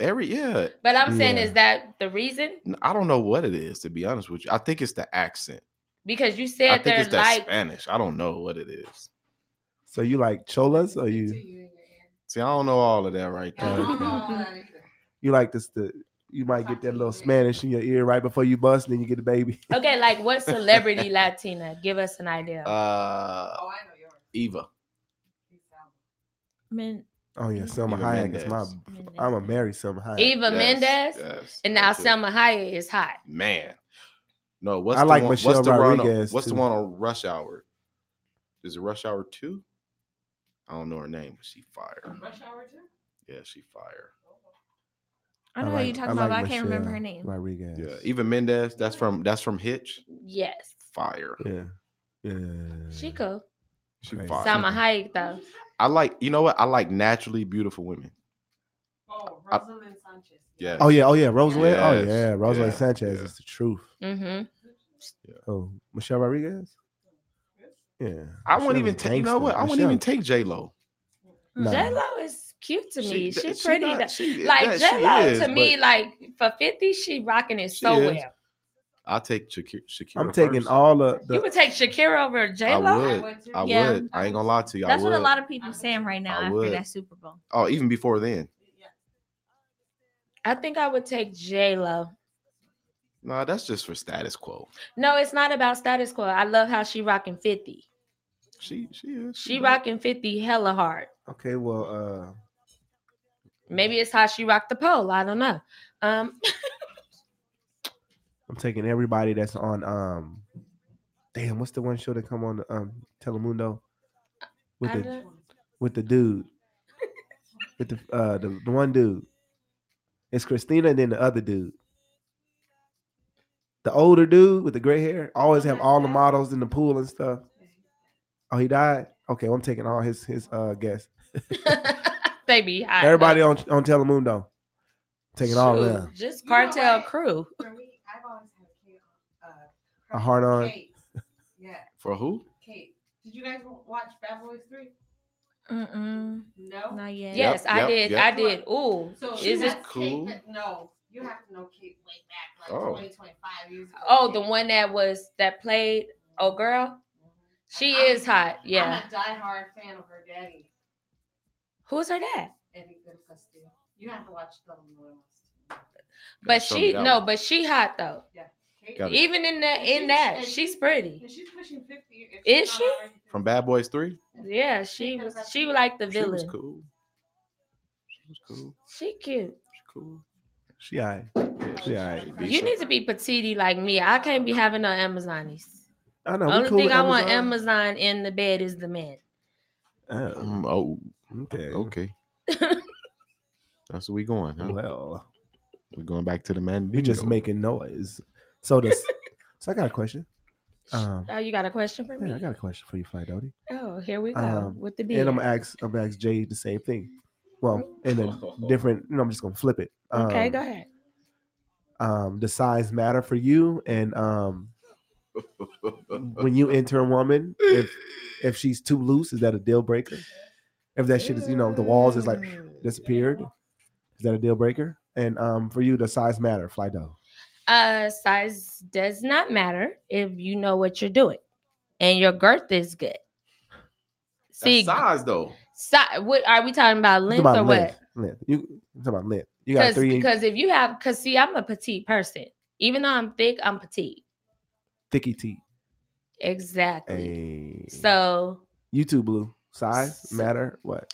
S5: Every yeah,
S2: But I'm saying,
S3: Yeah.
S2: is that the reason?
S5: N- I don't know what it is to be honest with you. I think it's the accent.
S2: Because you
S5: I
S2: said
S5: think
S2: they're
S5: it's that
S2: like
S5: Spanish. I don't know what it is.
S3: So you like cholas or you
S5: See, I don't know all of that right there.
S3: Oh,
S6: Oh,
S3: you like this the you might get that little Spanish in your ear right before you bust, and then you get the baby.
S2: okay, like what celebrity Latina? Give us an idea.
S5: Uh,
S6: Oh, I know yours.
S5: Eva.
S4: Men,
S3: Oh yeah, Selma
S5: Eva
S3: Hayek is my.
S5: Mendes.
S4: men
S3: I'm a marry Selma Hayek.
S2: Eva
S5: Yes,
S2: Mendes
S5: yes,
S2: and now
S5: that's it.
S2: Selma Hayek is hot.
S5: Man, no. What's
S3: I
S5: the
S3: like
S5: one,
S3: Michelle
S5: what's the One on,
S3: Rodriguez,
S5: what's the
S3: too.
S5: one on Rush Hour? Is it Rush Hour Two? I don't know her name, but she fire.
S6: Rush hour too?
S5: Yeah, she fire.
S4: I know who you're talking about, but I can't remember her name.
S3: Rodriguez.
S5: Yeah, Eva Mendes. That's from that's from Hitch.
S2: Yes.
S5: Fire.
S3: Yeah. Yeah.
S5: Mm.
S2: She cool.
S5: She
S3: Crazy.
S5: fire.
S2: Selma Hayek though.
S5: I like you know what I like naturally beautiful women.
S6: Oh,
S5: I-
S6: Rosalind Sanchez.
S5: Yeah.
S3: Oh yeah, oh yeah, Rosalyn.
S5: Yes,
S3: Oh yeah, Rosalyn
S5: yeah,
S3: Sanchez
S5: yeah.
S3: is the truth.
S2: Mm-hmm.
S3: Oh, Michelle Rodriguez. Yeah,
S5: I
S3: Michelle
S5: wouldn't
S3: was
S5: even take. You know
S3: gangsta.
S5: what? I wouldn't
S3: Michelle-
S5: even take J Lo.
S3: Nah.
S2: J Lo is cute to me.
S5: she
S2: She, pretty.
S5: not-
S2: that-
S5: she-
S2: like
S5: yeah, she
S2: J Lo
S5: is,
S2: to
S5: but
S2: me, like for fifty, she rocking it
S5: She
S2: so
S5: is.
S2: well.
S5: I'll take Shakira. Shakira
S3: I'm taking
S5: first.
S3: all of
S2: You
S3: the.
S2: would take Shakira over J
S5: I
S2: Lo.
S5: would. I
S2: Yeah.
S5: would. I ain't gonna lie to you.
S4: That's
S5: I would.
S4: what a lot of people saying right now
S5: I
S4: after
S5: would.
S4: that Super Bowl.
S5: oh, even before then.
S2: I think I would take J Lo.
S5: Nah, that's just for status quo.
S2: No, it's not about status quo. I love how she rocking fifty.
S5: She she is.
S2: She
S5: does.
S2: rocking fifty hella hard.
S3: Okay, well, uh,
S2: Maybe it's how she rocked the pole. I don't know. Um,
S3: I'm taking everybody that's on. Um, damn, what's the one show that come on um Telemundo with
S2: I
S3: the
S2: don't-
S3: with the dude with the uh the, the one dude. It's Christina and then the other dude. The older dude with the gray hair always have all the models in the pool and stuff. Oh, he died. Okay, well, I'm taking all his his uh guests.
S2: they be hot.
S3: Everybody on on Telemundo, taking all of
S2: Shoot,
S3: them.
S2: Just
S6: You know
S2: cartel
S6: what?
S2: crew.
S6: For me, I've always had Kate. Uh,
S3: A hard on.
S6: Kate. Yeah,
S5: for who?
S6: Kate. Did you guys watch Bad Boys 3?
S4: Mm-mm,
S6: No.
S4: not yet.
S2: Yes, I
S5: yep,
S2: did.
S5: yep.
S2: I did. Ooh,
S6: So
S2: is
S6: she
S2: it?
S6: has
S5: it cool?
S6: Kate, but no, you have to know Kate way back, like
S5: Oh.
S6: 20, 25 years ago.
S2: Oh, the one that was that played. Oh, girl, she is hot. Yeah.
S6: Mm-hmm. I'm a diehard fan of her daddy,
S2: Who's her dad?
S6: Eddie Good Castillo. You have to watch the ones.
S2: But
S5: show me
S2: she
S5: that
S2: no,
S5: one.
S2: but she hot though.
S6: Kate,
S5: Got it.
S2: Even in that in that, she's pretty.
S6: and she's pushing 50. if
S2: Is
S6: she's
S2: she?
S6: not already
S5: From Bad Boys Three.
S2: Yeah, she was. She like the
S5: She was
S2: villain.
S5: cool. She was cool.
S2: She cute.
S5: She cool.
S3: She all right.
S5: Yeah,
S3: She all right.
S5: Be
S2: You
S5: sure.
S2: need to be petite like me. I can't be having no Amazonis.
S3: I know. we
S2: Only
S3: cool
S2: thing
S3: with
S2: I want Amazon in the bed is the man.
S3: Oh,
S5: Mm, oh,
S3: okay.
S5: okay. That's where we going. Huh?
S3: Well,
S5: We're going back to the man.
S3: you just making noise. So this. so I got a question. Um,
S2: Oh, you got a question for
S3: yeah, I
S2: me?
S3: got a question for you, Fly Doty.
S2: Oh, here we go
S3: Um,
S2: with the
S3: And I'm
S2: beard.
S3: gonna ask. I'm gonna ask Jay the same thing. Well, in a different. You know, I'm just gonna flip it.
S2: okay,
S3: Um,
S2: go ahead.
S3: um the size matter for you and um when you enter a woman if if she's too loose is that a deal breaker if that shit is you know the walls is like disappeared is that a deal breaker and um for you the size matter fly dough
S2: Uh, size does not matter if you know what you're doing, and your girth is good. See,
S5: That size though.
S2: si- what are we talking about? Length or what?
S3: length, length. you I'm talking about length you got
S2: Because
S3: three
S2: because if you have because see, I'm a petite person. Even though I'm thick, I'm petite.
S3: thicky teeth
S2: Exactly.
S3: hey
S2: So
S3: you too blue size
S2: So-
S3: matter what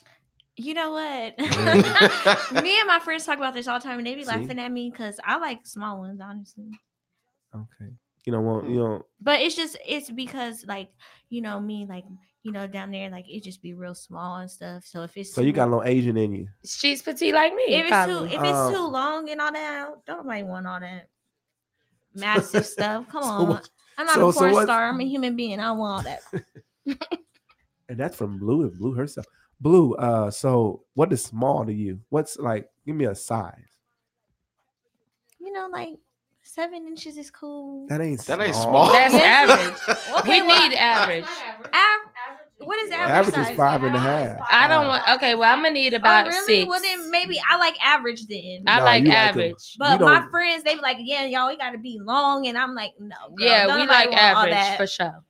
S4: You know what?
S5: Mm.
S4: me and my friends talk about this all the time, and they be
S3: See?
S4: laughing at me because I like small ones, honestly.
S3: okay you don't want
S2: Mm.
S3: you don't
S4: But it's just it's because like you know me like you know down there like it just be real small and stuff. So if it's
S3: so you
S4: too-
S3: got a little asian in you
S2: she's petite like me.
S4: if it's too
S2: probably.
S4: if
S3: Um,
S4: it's too long and all that, I don't- don't nobody want all that massive stuff. Come
S3: So
S4: on,
S3: what-
S4: I'm not
S3: so-
S4: a
S3: so
S4: porn
S3: what's-
S4: star. I'm a human being. I don't want all that.
S3: And that's from Blue and Blue herself. Blue, uh, so what is small to you? What's like, give me a size.
S4: You know, like seven inches is cool.
S3: That ain't
S5: That ain't small.
S2: That's average.
S4: Okay,
S2: we
S4: well,
S2: need average.
S6: Not average.
S4: Av-
S6: Average
S4: what is
S6: good.
S4: average Average is size?
S3: five and a half.
S2: I don't want. Okay, well, I'm gonna need about
S4: oh, really?
S2: six.
S4: Well, then maybe I like average then.
S2: I
S3: Nah,
S2: like
S3: you like 'em.
S2: average.
S4: but
S3: you
S4: my
S3: don't-
S4: friends, they be like, "Yeah, y'all, it gotta be long," and I'm like, "No, girl,
S2: yeah,
S4: don't
S2: we
S4: nobody
S2: like
S4: want all
S2: average
S4: that."
S2: for sure.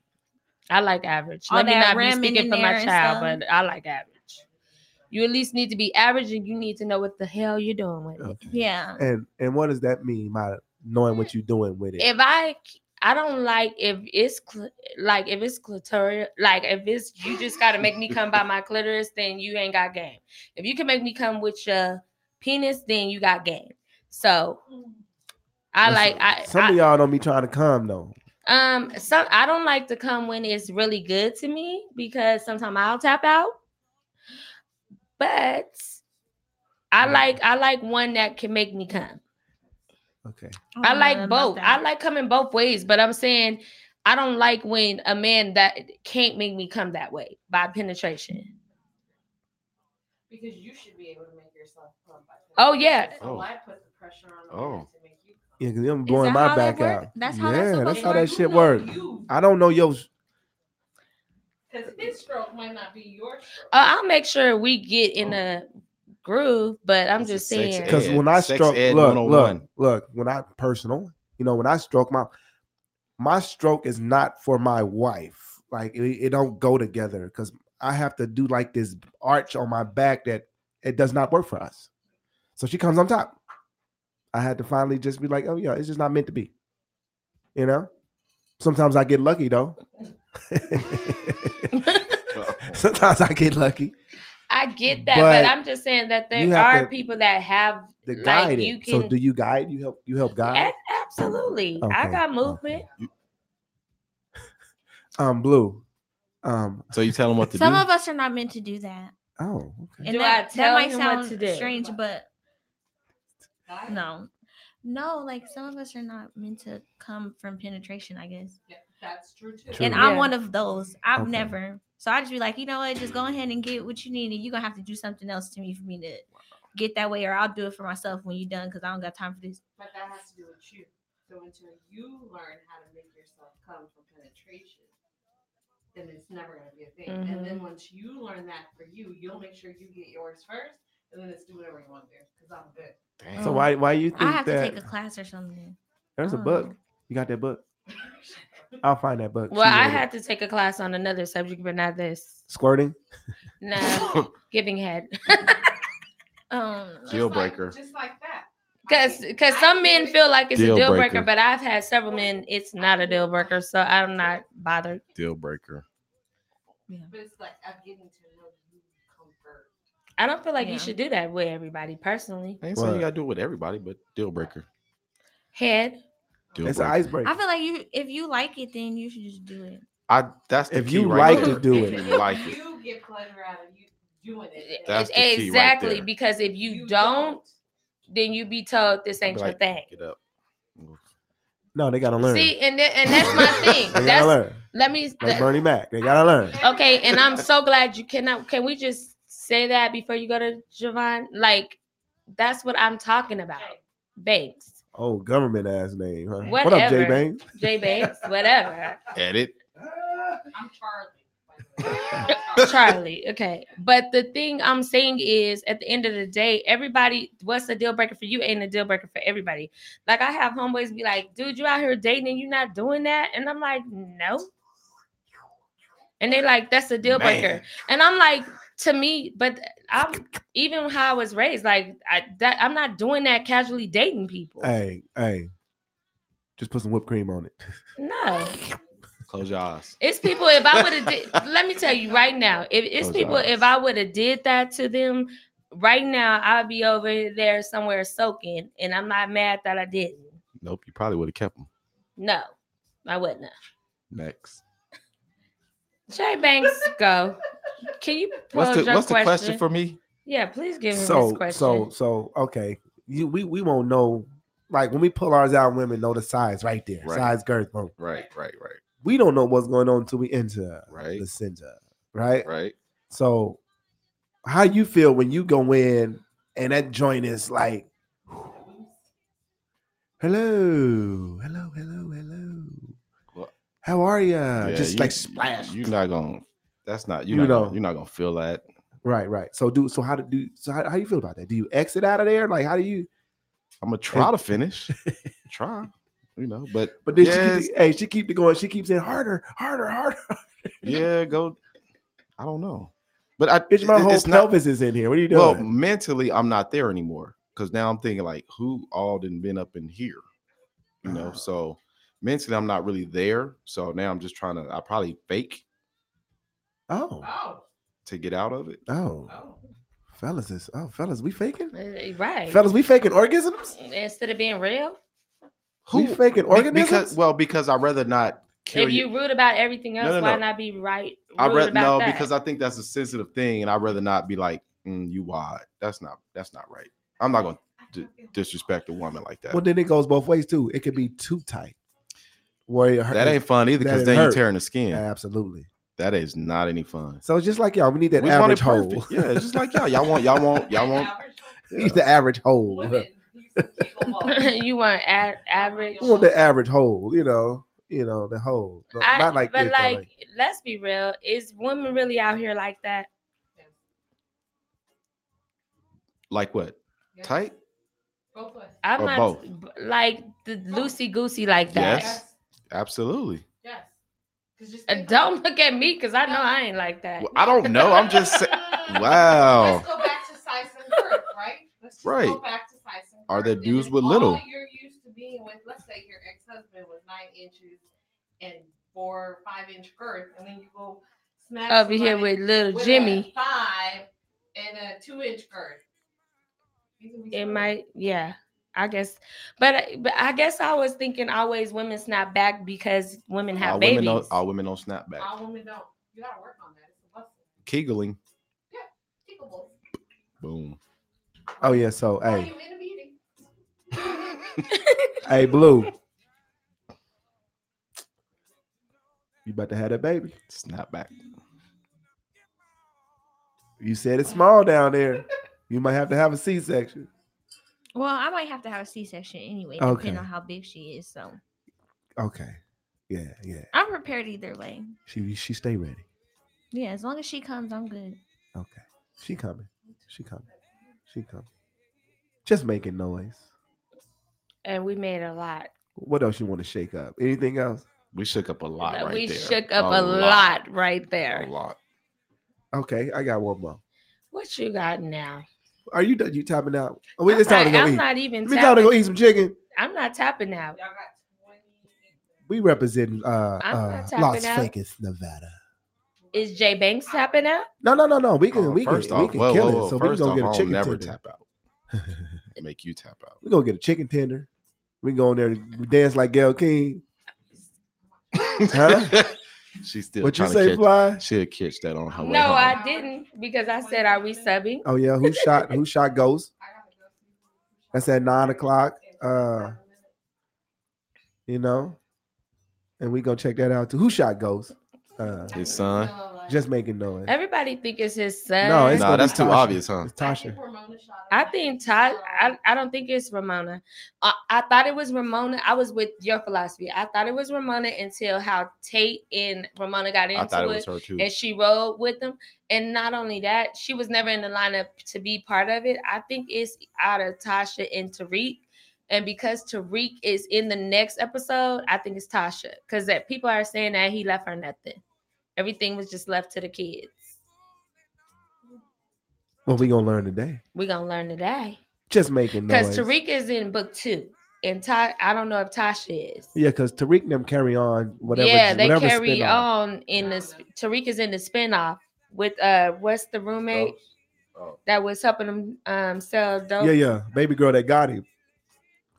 S2: I like average.
S4: All
S2: Let me
S4: that
S2: not be
S4: ramming
S2: speaking
S4: in
S2: for
S4: there
S2: my
S4: and
S2: child,
S4: stuff.
S2: but I like average. You at least need to be average, and you need to know what the hell you're doing with it.
S4: Yeah,
S3: And and what does that mean by knowing what you're doing with it?
S2: If I, I don't like if it's cl- like if it's clitoral, like if it's you just gotta make me come by my clitoris, then you ain't got game. If you can make me come with your penis, then you got game. So
S6: Mm,
S2: I
S3: Listen,
S2: like I
S3: some
S2: I-
S3: of y'all don't be trying to come though.
S2: Um, some I don't like to come when it's really good to me because sometimes I'll tap out. But I
S3: Mm.
S2: like I like one that can make me come.
S3: Okay.
S4: don't
S2: I
S4: know
S2: like
S4: Oh, about
S2: both. I
S4: that.
S2: like coming both ways, but I'm saying I don't like when a man that can't make me come that way by penetration.
S6: Because you should be able to make yourself come by
S2: Oh, yeah.
S6: So I put the pressure on the woman
S5: Oh.
S6: to make you come.
S3: Yeah, because I'm
S4: Is
S3: blowing
S4: that
S3: my
S4: how
S3: back
S4: that work?
S3: out.
S4: That's how
S3: yeah,
S4: that's
S3: that's,
S4: supposed
S3: how
S4: to
S3: that
S4: work?
S3: shit works. I don't know yo.
S6: Because his stroke might not be your stroke.
S2: Uh, I'll make sure we get in
S3: Oh.
S2: a groove, but I'm
S5: It's
S2: just
S5: a sex
S2: saying.
S5: ed.
S3: Because when I
S5: Sex
S3: stroke,
S5: ed
S3: look,
S5: 101.
S3: look, look, when I personal, you know, when I stroke my my stroke is not for my wife. Like it, it don't go together because I have to do like this arch on my back that it does not work for us. So she comes on top. I had to finally just be like, oh yeah, it's just not meant to be. You know? Sometimes I get lucky though. Sometimes I get lucky.
S2: I get that, but,
S3: But
S2: I'm just saying that
S3: you
S2: there
S3: have
S2: are
S3: to-
S2: people that have
S3: The
S2: Like,
S3: guide
S2: you
S3: it. So
S2: can-
S3: do you guide? You help you help guide?
S2: A- absolutely. I
S3: Uh, Okay,
S2: got movement.
S3: Um blue. Um
S5: So you tell them what to
S4: Some
S5: do.
S4: of us are not meant to do that.
S3: Oh, okay.
S4: And
S2: Do
S4: that,
S2: I tell
S4: that might
S2: him
S4: sound
S2: what to do?
S4: strange, but
S6: Guys,
S4: no. No, like some of us are not meant to come from penetration, I guess.
S6: yeah, That's true too.
S3: True.
S4: And
S2: Yeah.
S4: I'm one of those. I've
S3: Okay.
S4: never. So I just be like, you know what? Just go ahead and get what you need, and you're gonna have to do something else to me for me to get that way, or I'll do it for myself when you're done, because I don't got time for this.
S6: But that has to do with you. So until you learn how to make yourself come from penetration, then it's never going to be a thing. And
S2: Mm-hmm.
S6: then once you learn that for you, you'll make sure you get yours first, and then it's do whatever you want to do. Because I'm good.
S5: Damn.
S2: um,
S3: So why why you think
S4: I have
S3: that
S4: to take a class or something.
S3: there's
S4: I
S3: a
S4: don't
S3: book?
S4: know.
S3: You got that book? I'll find that book.
S2: um, Well,
S3: She
S2: I
S3: wrote it.
S2: had to take a class on another subject, but not this.
S3: squirting.
S2: Nah, giving head.
S4: Um,
S6: Just
S5: Deal
S6: like-
S5: breaker.
S6: Just like that. I
S2: Because
S6: can-
S2: because
S6: I
S2: some
S6: can
S2: men
S6: do
S2: feel like it's
S5: Deal
S2: a deal breaker.
S5: breaker.
S2: but I've had several men, it's not a deal breaker, so I'm not bothered.
S5: Deal breaker.
S6: it, But it's like I'm getting to know you comfort.
S2: I don't feel like
S4: Yeah.
S2: you should do that with everybody personally.
S5: I ain't saying
S3: What?
S5: you gotta do it with everybody, but deal breaker.
S2: Head.
S5: Deal
S3: it's an
S5: breaker.
S3: icebreaker.
S4: I feel like you, if you like it, then you should just do it.
S5: I that's the
S3: if
S5: key
S3: you
S5: right
S3: like
S5: there.
S3: to do
S5: If
S3: it,
S5: you like it.
S6: You get pleasure out of you doing it.
S5: That's the key right
S2: exactly.
S5: there.
S2: because if you, don't, then you be told this
S5: I'd
S2: ain't
S5: be
S2: your
S5: like,
S2: thing.
S5: Get up.
S3: no, they gotta learn.
S2: See, and then, and that's my thing.
S3: they
S2: That's
S3: gotta learn.
S2: let me.
S3: Like
S2: that-
S3: Bernie Mac, they gotta learn.
S2: okay, and I'm so glad you cannot. Can we just say that before you go to Javon? Like, that's what I'm talking about. Banks,
S3: Oh, government ass name. Huh? What up,
S2: Whatever.
S3: J Bang?
S2: J Banks, whatever.
S5: Edit.
S6: I'm Charlie. by the way. I'm Charlie.
S2: Charlie. Okay. But the thing I'm saying is at the end of the day, everybody, what's a deal breaker for you ain't a deal breaker for everybody. Like I have homeboys be like, dude, you out here dating and you not doing that. And I'm like, no. And they like, that's a deal
S5: Man.
S2: breaker. And I'm like, to me, but I'm even how I was raised, like I that I'm not doing that casually dating people.
S3: Hey, hey. Just put some whipped cream on it.
S2: No.
S5: Close your eyes.
S2: It's people. If I would have did, let me tell you right now. If it's
S5: Those
S2: people, if I would have did that to them right now, I'd be over there somewhere soaking, and I'm not mad that I didn't.
S5: Nope, you probably would have kept them.
S2: No, I wouldn't. have.
S5: Next.
S2: Shay Banks, go. Can you pose
S5: What's the
S2: your
S5: what's
S2: question?
S5: the question for me?
S2: yeah, please give him this
S3: So,
S2: question.
S3: so, so, okay. You, we, we won't know. Like when we pull ours out, women know the size right there,
S5: Right.
S3: size, girth, boom.
S5: Right, right, right,
S3: We don't know what's going on until we enter
S5: right,
S3: the center, right?
S5: right.
S3: So, how you feel when you go in and that joint is like, hello, hello, hello, hello.
S5: Well-
S3: How are ya?
S5: Yeah,
S3: Uh, Just
S5: you-
S3: like splash.
S5: You're not gonna. That's not. You're
S3: You
S5: not.
S3: know.
S5: Gonna, you're not gonna feel that.
S3: right, right. So do so. How to do? So how, how you feel about that? Do you exit out of there? Like how do you?
S5: I'm gonna try to finish. try. You know, but
S3: But then she
S5: Yes.
S3: keep, hey, she keep it going. She keeps saying harder, harder, harder.
S5: yeah, go. I don't know. But I.
S3: Bitch, my
S5: it-
S3: whole
S5: it's not.
S3: pelvis is in here. What are you doing?
S5: Well, mentally, I'm not there anymore because now I'm thinking like, who all didn't been up in here? You know,
S3: Ah.
S5: so mentally, I'm not really there. So now I'm just trying to. I probably fake
S3: oh,
S6: Oh,
S5: to get out of it.
S3: oh,
S6: oh.
S3: fellas is oh, fellas, we faking.
S2: Uh, right.
S3: Fellas, we faking orgasms.
S2: Instead of being real,
S3: We faking
S5: Be-
S3: organisms.
S5: Because well, because I'd rather not kill
S2: if
S5: you.
S2: you rude about everything
S5: No,
S2: else,
S5: no,
S2: why
S5: no.
S2: not be right?
S5: I
S2: rude
S5: rather no,
S2: about that?
S5: because I think that's a sensitive thing, and I'd rather not be like, mm, you wide. That's not that's not right. I'm not gonna d- disrespect a woman like that.
S3: Well, then it goes both ways too. It could be too tight. Warrior,
S5: that ain't fun either,
S3: that
S5: because
S3: it
S5: then you're
S3: hurt.
S5: tearing the skin.
S3: absolutely.
S5: That is not any fun.
S3: So it's just like y'all, we need that
S5: We want it
S3: average hole.
S5: perfect. Yeah, it's just like y'all. Y'all want y'all want y'all want
S6: Average.
S3: He's the average hole.
S6: Women, you kegel
S2: you weren't a- average.
S3: Well, the average hole, you know, you know, the hole. Not-
S2: I-
S3: not like
S2: but
S3: this, but
S2: like, let's be real. Is women really out here like that?
S5: Like what?
S6: Yeah.
S5: Tight?
S6: Both ways.
S2: I'm
S5: Or
S2: not
S5: both?
S2: b- like the loosey goosey like that.
S5: Yes. Absolutely.
S6: Yes. 'Cause just
S2: Uh,
S6: think
S2: Don't
S6: about it.
S2: look at me because I know I ain't like that.
S5: Well, I don't know. I'm just saying.
S6: No, no, no, no.
S5: Wow.
S6: Let's go back to size and girth, right? Let's just Go
S5: Right.
S6: back to size and
S5: Are there
S6: girth, and
S5: dudes
S6: if
S5: with
S6: all
S5: little?
S6: You're used to being with, let's say your ex-husband was nine inches and four, five inch girth, and then you go smash
S2: Over here
S6: somebody
S2: with little
S6: a
S2: Jimmy.
S6: five and a two inch girth. You can be
S2: It
S6: screwed.
S2: might, yeah. I guess, but I- but I guess I was thinking always women snap back because women have
S5: All women,
S2: babies.
S5: don't, all women don't snap back.
S6: All women don't. You gotta work on that. It's a bustle.
S5: Kegeling.
S6: Capable.
S5: Boom.
S3: Oh yeah. So
S6: Are
S3: hey,
S6: you in a meeting?
S3: hey, blue. You about to have that baby.
S5: Snap back.
S3: You said it's small down there. You might have to have a C-section.
S4: Well, I might have to have a C-section anyway,
S3: Okay.
S4: depending on how big she is. So
S3: Okay. Yeah, yeah.
S4: I'm prepared either way.
S3: She she stay ready.
S4: Yeah, as long as she comes, I'm good.
S3: Okay. She coming. She coming. She coming. Just making noise.
S2: and we made a lot.
S3: What else you want to shake up? Anything else?
S5: We shook up a lot right
S2: Uh, we
S5: there.
S2: shook up a, lot. right
S5: A
S2: there.
S5: lot.
S3: Okay, I got one more.
S2: What you got now?
S3: Are you done? You tapping out? Oh, we
S2: I'm,
S3: just time to
S2: not,
S3: go
S2: I'm
S3: eat.
S2: not even
S3: We time to
S2: tapping.
S3: go eat some chicken.
S2: I'm not tapping out.
S6: Y'all got twenty.
S3: We represent uh,
S2: I'm
S3: uh
S2: not
S3: Las
S2: tapping out.
S3: Vegas, Nevada.
S2: Is Jay Banks tapping out?
S3: No, no, no, no. We can
S5: Oh,
S3: we can
S5: first
S3: we
S5: off,
S3: can
S5: whoa,
S3: kill
S5: whoa, whoa.
S3: it. So we can
S5: first
S3: go
S5: off,
S3: get a
S5: I'll
S3: chicken
S5: never
S3: tender.
S5: tap out. Make you tap out.
S3: We gonna get a chicken tender. We go in there and dance like Gail King. Huh?
S5: She's still
S3: what you
S5: trying to
S3: say,
S5: catch-
S3: Fly?
S5: She'll catch that on her way
S2: No,
S5: home.
S2: I didn't because I said, "Are we subbing?"
S3: Oh yeah, who shot who shot Ghost?
S6: I gotta go see who- who shot
S3: That's at
S6: me.
S3: nine o'clock, uh,
S6: Seven minutes.
S3: You know, and we gonna check that out too. Who shot Ghost? Uh,
S5: His son?
S6: No, like,
S3: just making noise.
S2: Everybody think it's his son.
S3: No, it's
S5: Nah,
S3: gonna be
S5: that's too
S3: Tasha.
S5: obvious, huh?
S3: It's
S6: I think
S3: Tasha.
S6: Ramona shot him.
S2: I think Todd. I, I don't think it's Ramona. I, I thought it was Ramona. I was with your philosophy. I thought it was Ramona until how Tate and Ramona got
S5: I thought
S2: into
S5: it
S2: it,
S5: was her too.
S2: and she rode with them. And not only that, she was never in the lineup to be part of it. I think it's out of Tasha and Tariq. And because Tariq is in the next episode, I think it's Tasha. Because that people are saying that he left her nothing. Everything was just left to the kids.
S3: What we gonna learn today?
S2: We're gonna learn today.
S3: Just making noise.
S2: Because Tariq is in book two, and Ta- I don't know if Tasha is.
S3: Yeah, because Tariq and them carry on whatever.
S2: yeah, they
S3: whatever
S2: carry
S3: spin-off.
S2: on in the sp- Tariq is in the spinoff with uh, what's the roommate
S5: Oh.
S2: that was helping him um sell dope?
S3: Yeah, yeah. Baby girl that got him.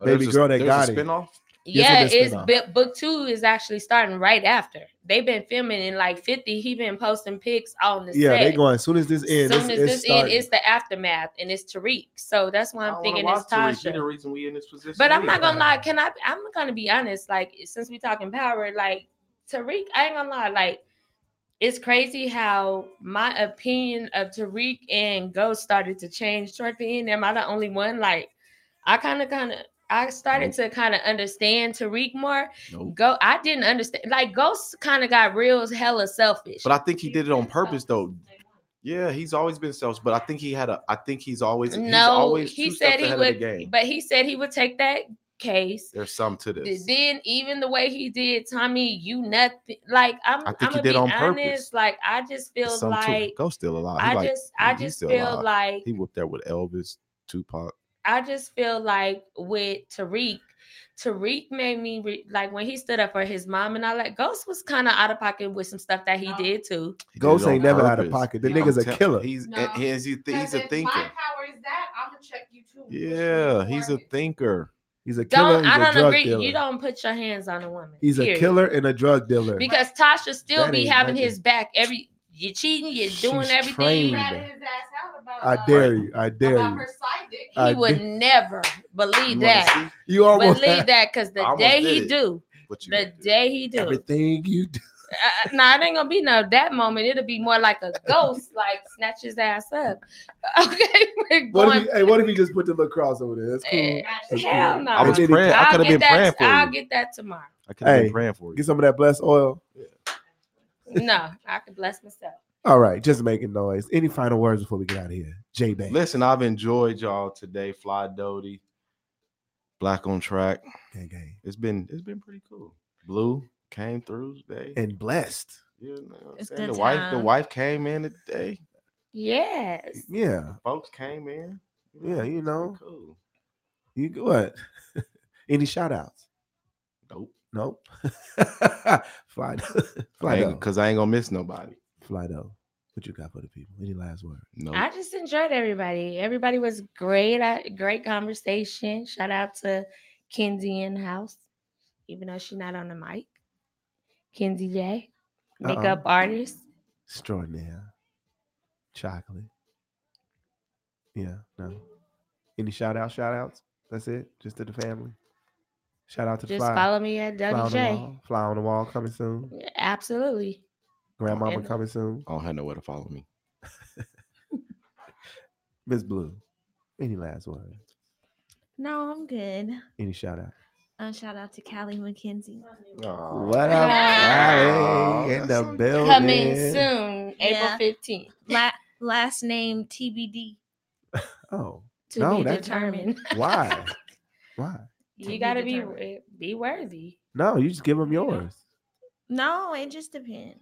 S5: Oh, there's
S3: Baby
S5: a-
S3: girl that
S5: there's a
S3: got it.
S5: spinoff?
S2: Yeah,
S3: Yes, it is
S2: it's
S3: spinoff.
S2: bu- book two is actually starting right after. They've been filming in like fifty. He been posting pics on the
S3: Yeah,
S2: set.
S3: they going as soon as this ends.
S2: Soon as
S3: it's, it's
S2: this end,
S3: starting.
S2: it's the aftermath, and it's Tariq. So that's why I'm thinking it's Tasha.
S5: The reason we in this position.
S2: But I'm not gonna lie. Can I? I'm gonna be honest. Like since we talking power, like Tariq, I ain't gonna lie. Like it's crazy how my opinion of Tariq and Ghost started to change toward the end. Am I the only one? Like I kind of, kind of. I started to kind of understand Tariq more.
S5: Nope.
S2: Go, I didn't understand. Like Ghost kind of got real hella selfish.
S5: But I think he did it on purpose, though. Yeah, he's always been selfish, but I think he had a. I think he's always. he's
S2: no,
S5: always
S2: he
S5: two steps
S2: said he
S5: ahead Of
S2: would.
S5: the game.
S2: But he said he would take that case
S5: There's some to
S2: Th-
S5: this.
S2: Then even the way he did Tommy, you nothing. Like I'm,
S5: I think he
S2: I'm gonna
S5: did
S2: be
S5: on
S2: honest.
S5: purpose.
S2: Like I
S5: There's
S2: just feel
S5: some to it.
S2: like
S5: Ghost still alive. He
S2: I
S5: like,
S2: just, I
S5: he- he's
S2: just
S5: still
S2: feel
S5: alive.
S2: like
S5: he whooped there with Elvis, Tupac.
S2: I just feel like with Tariq, Tariq made me re- like when he stood up for his mom and all that. Ghost was kind of out of pocket with some stuff that he
S6: No.
S2: did too.
S5: He did
S3: Ghost
S5: it on
S3: ain't never out of
S5: purpose.
S3: pocket. The
S5: Yeah,
S3: nigga's
S5: I'm
S3: a
S5: tell-
S3: killer.
S5: He's eh,
S6: No.
S5: and he's, he's, he's a
S6: Because if My
S5: thinker.
S6: power is that. I'm gonna check you too.
S5: Yeah, he's a
S6: thing.
S5: thinker.
S3: He's a killer.
S2: Don't
S3: he's
S2: I
S3: a
S2: don't
S3: drug
S2: agree.
S3: Dealer.
S2: You don't put your hands on a woman.
S3: He's a
S2: period.
S3: killer and a drug dealer.
S2: because Tasha still
S3: That
S2: be
S3: ain't
S2: having
S3: nothing.
S2: his back every. You cheating. You're doing
S3: She's
S2: everything.
S3: trained.
S6: He ratted his ass out about.
S3: I
S6: uh,
S3: dare you. I dare
S6: about
S3: you.
S6: her side dick.
S2: He
S3: I
S2: would
S3: did-
S2: never
S5: You
S2: believe
S5: wanna
S2: that.
S5: see
S3: You almost
S2: Believe that because
S5: I
S2: the
S5: almost
S2: day
S5: did
S2: he
S5: it.
S2: do,
S5: what you
S2: the
S5: gonna do?
S2: day he do,
S3: everything you do.
S2: uh, nah, it ain't gonna be no that moment. It'll be more like a ghost, like snatch his ass up. Okay, we're
S3: What if,
S2: going. Eh,
S3: he, hey, what if he just put the little cross over there? That's cool.
S6: That's
S2: Hell
S6: cool.
S2: no!
S5: I was
S3: Hey,
S5: praying. I
S2: I'll
S5: could have
S2: get
S5: been praying
S2: that.
S5: for
S2: I'll
S5: you.
S2: get that tomorrow.
S5: I could have
S3: Hey,
S5: been praying for you.
S3: Get some of that blessed oil.
S2: No, I can bless myself.
S3: All right, just making noise. Any final words before we get out of here? J Bang.
S5: Listen, I've enjoyed y'all today. Fly Doty, Black on Track.
S3: Gang, gang.
S5: It's been it's been pretty cool. Blue came through today.
S3: And blessed.
S5: You know what I'm
S4: It's
S5: saying?
S4: good
S5: the wife, the
S4: time.
S5: wife came in today.
S2: Yes.
S3: Yeah.
S5: Folks came in.
S3: Yeah, you
S5: it's been
S3: know.
S5: Cool.
S3: You go- what? Any shout outs?
S5: Dope.
S3: Nope. fly fly though.
S5: Because I ain't gonna miss nobody.
S3: Fly though. What you got for the people? Any last word?
S5: No.
S2: I just enjoyed everybody. Everybody was great. I, great conversation. Shout out to Kenzie in house, even though she's not on the mic. Kenzie J,
S3: Uh-uh.
S2: makeup artist.
S3: Extraordinaire. Chocolate. Yeah, no. Any shout out, shout outs? That's it? Just to the family? Shout out to
S2: Just
S3: Fly.
S2: follow me at
S3: Fly on, the
S2: WJ.
S3: wall. Fly on the wall coming soon.
S2: Absolutely.
S3: Grandmama
S2: And-
S3: coming soon.
S5: I don't have nowhere to follow me.
S3: Miss Blue. Any last word?
S4: No, I'm good.
S3: Any shout out?
S4: Uh, shout out to Callie McKenzie.
S3: What up,
S5: Wow,
S3: Friday
S5: that's
S3: in the
S5: so-
S3: building?
S2: Coming soon,
S4: Yeah.
S2: April 15th.
S4: La- last name TBD.
S3: Oh,
S2: To
S3: No,
S2: be
S3: that's-
S2: determined.
S3: why? why?
S4: To
S2: You
S4: be
S2: gotta be
S4: determined.
S2: wor- be worthy.
S3: No, you just give them yours.
S4: No, it just depends.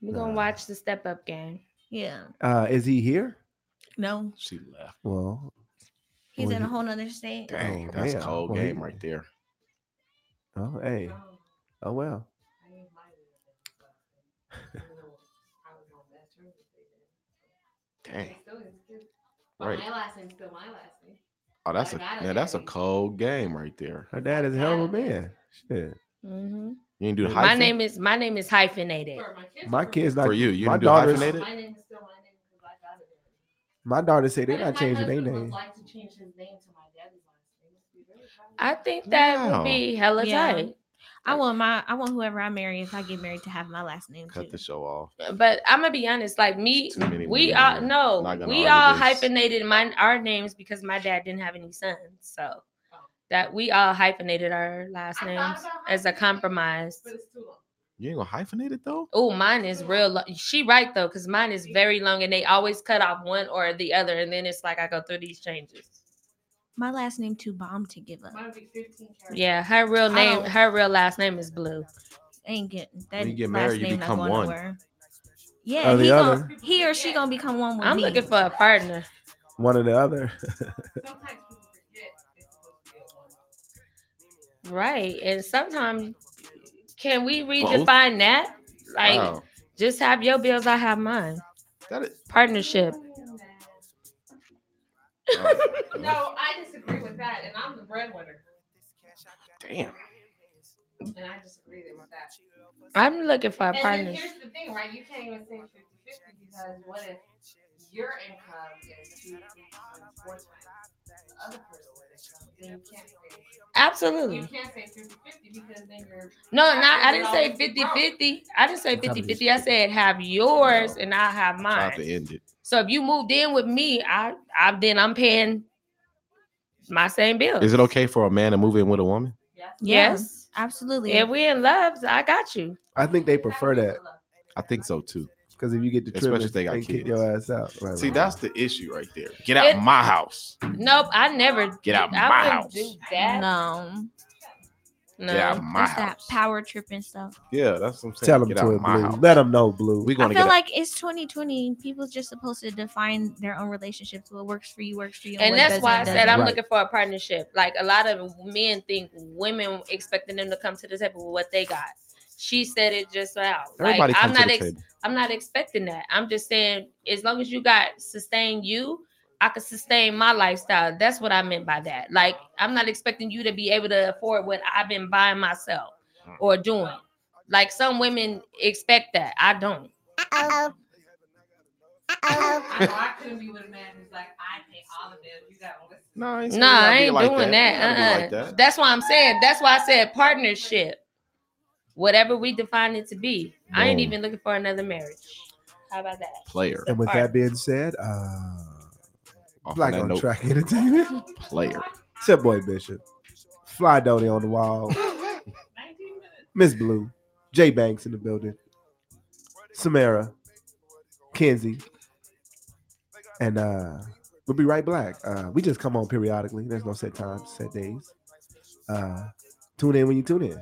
S2: We're gonna
S3: Nah.
S2: watch the step up game.
S4: Yeah.
S3: Uh, is he here?
S4: No,
S5: She left.
S3: Well,
S4: he's
S3: Well,
S4: in a
S3: you-
S4: whole nother state.
S5: Dang,
S3: Oh,
S5: that's
S3: damn.
S5: cold
S3: Well, he-
S5: game right there.
S3: oh, hey,
S6: Oh,
S3: oh, well.
S6: I ain't lying to you. I know I was on that term with they did.
S5: Dang.
S6: They still didn't skip. But
S5: Right.
S6: My last name's still my last name.
S5: Oh, that's
S6: I
S5: a
S6: got it,
S5: yeah, that's a
S6: baby.
S5: cold game right there.
S3: Her dad is a hell of a man. Shit.
S2: Mhm.
S5: You didn't do the
S2: My
S5: hyphen
S2: name is my name is hyphenated.
S6: For my kids.
S3: My
S6: were-
S3: kids not.
S5: for you. You
S3: my
S5: didn't do
S3: daughter's-
S5: hyphenated.
S6: My name is still my name because I got it.
S3: My daughter say they
S6: What if
S3: not
S6: my
S3: changing their
S6: husband would
S3: name.
S6: like to change his name to my daddy's last name? It'd be very proud of
S2: I
S6: him.
S2: think that
S5: Wow.
S2: would be hella
S4: Yeah.
S2: tight.
S4: I want my I want whoever I marry if I get married to have my last name
S5: Cut
S4: too.
S5: the show off.
S2: But I'm gonna be honest, like me,
S5: Too many
S2: we
S5: women
S2: all
S5: here.
S2: no,
S5: Not gonna
S2: we
S5: argue
S2: all
S5: this.
S2: hyphenated my our names because my dad didn't have any sons, so that we all hyphenated our last
S6: I thought
S2: names
S6: about
S2: as a
S6: hyphenating,
S2: compromise.
S6: But it's too long.
S5: You ain't gonna hyphenate it though.
S2: Oh, mine is real. Lo- she right though, because mine is very long, and they always cut off one or the other, and then it's like I go through these changes.
S4: My last name too bomb to give up.
S6: Mine would be 15 characters.
S2: Yeah, her real
S4: I
S2: name,
S4: don't-
S2: her real last name is Blue.
S4: Ain't getting that
S5: you get
S4: last
S5: married, you
S4: name
S5: become
S4: not going
S5: one.
S4: nowhere. Yeah,
S3: Or the
S4: he,
S3: other.
S4: gonna, he or she gonna become one with
S2: Oh, I'm
S4: me.
S2: looking for a partner.
S3: One or the other.
S6: Sometimes people forget it's supposed to be a one.
S2: Right. And sometimes can we redefine
S5: Both? Oh.
S2: that? Like
S5: Wow.
S2: just have your bills, I have mine.
S5: That is
S2: Partnership.
S5: oh,
S6: No, I disagree with that, and I'm the breadwinner.
S5: damn.
S6: And I disagree with that.
S2: I'm looking for a
S6: And then
S2: partner.
S6: here's the thing, right? You can't even say 50 50 because what if your income is two, three, times, four times the other person's income? Then you can't say, you
S2: Absolutely.
S6: can't say 50 50 because then you're.
S2: No, not I didn't say 50 50. I didn't say 50 50. I said have yours and I'll have
S5: Tried to
S2: mine.
S5: end it.
S2: So if you moved in with me, I I then I'm paying my same bill.
S5: Is it okay for a man to move in with a woman?
S6: Yes.
S2: Yes.
S4: Absolutely.
S2: If we in love, I got you.
S3: I think they prefer that
S5: I think so too.
S3: because if you get the trip,
S5: Especially if they got
S3: kick
S5: kids.
S3: your ass out. Right,
S5: See,
S3: right,
S5: that's
S3: right.
S5: the issue right there. Get out
S2: It-
S5: my house.
S2: Nope, I never
S5: Get out
S2: I
S5: my
S2: wouldn't
S5: house.
S2: Do that.
S4: no,
S2: No.
S5: Get out my
S4: it's that
S5: house.
S4: power trip and stuff.
S5: yeah, that's what I'm saying.
S3: Tell them
S5: Get
S3: to
S5: out
S3: it,
S5: my
S3: Blue.
S5: house.
S3: Let them know, Blue.
S5: We
S4: I
S5: gonna
S4: feel
S5: get out.
S4: like it's 2020. People's just supposed to define their own relationships. What works for you works for you.
S2: and
S4: what
S2: that's why I
S4: doesn't,
S2: said I'm
S4: doesn't.
S3: Right.
S2: looking for a partnership. Like a lot of men think women expecting them to come to the table with what they got. She said it just out.
S5: Everybody
S2: like I'm
S5: comes to
S2: not
S5: the
S2: ex-
S5: table.
S2: I'm not expecting that. I'm just saying as long as you got sustain you, I could sustain my lifestyle. That's what I meant by that. Like I'm not expecting you to be able to afford what I've been buying myself
S5: Hmm.
S2: or doing. Like some women expect that. I don't.
S6: I know I couldn't be with a man who's like, I pay all the bills. You got to listen.
S5: No, I ain't, saying
S2: No,
S5: you gotta
S2: I
S5: be
S2: ain't
S5: like
S2: doing
S5: You
S2: that.
S5: gotta be
S2: Uh-uh.
S5: like that.
S2: That's why I'm saying. That's why I said partnership. whatever we define it to be. I ain't
S5: Boom.
S2: even looking for another marriage. How about that?
S5: Player.
S3: And with
S2: All
S3: that being said, uh,
S5: Off
S3: Black
S5: on that
S3: on
S5: note,
S3: Track Entertainment.
S5: player.
S3: It's your boy Bishop. Fly Doty on the wall. Miss Blue. Jay Banks in the building. Samara. Kenzie. And uh we'll be right black. Uh we just come on periodically. There's no set times, set days. Uh tune in when you tune in.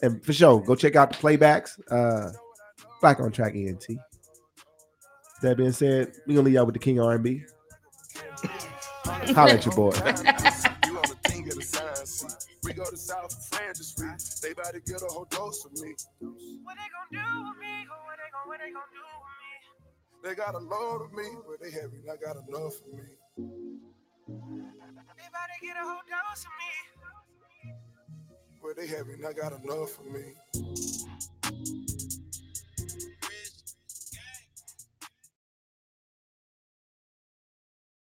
S3: And for sure, go check out the playbacks. Uh Black on Track ENT. That being said, we're gonna leave y'all with the King R&B. Holla at your boy.
S7: You on the thing of the sign, see. We go to South France this week. They about to get a whole dose of me.
S8: What they gonna do with me? Oh, What they gonna, what they gonna do with me?
S7: They got a load of me, but they haven't not got enough of me.
S8: They about to get a whole dose of me.
S7: But they haven't not got enough of me.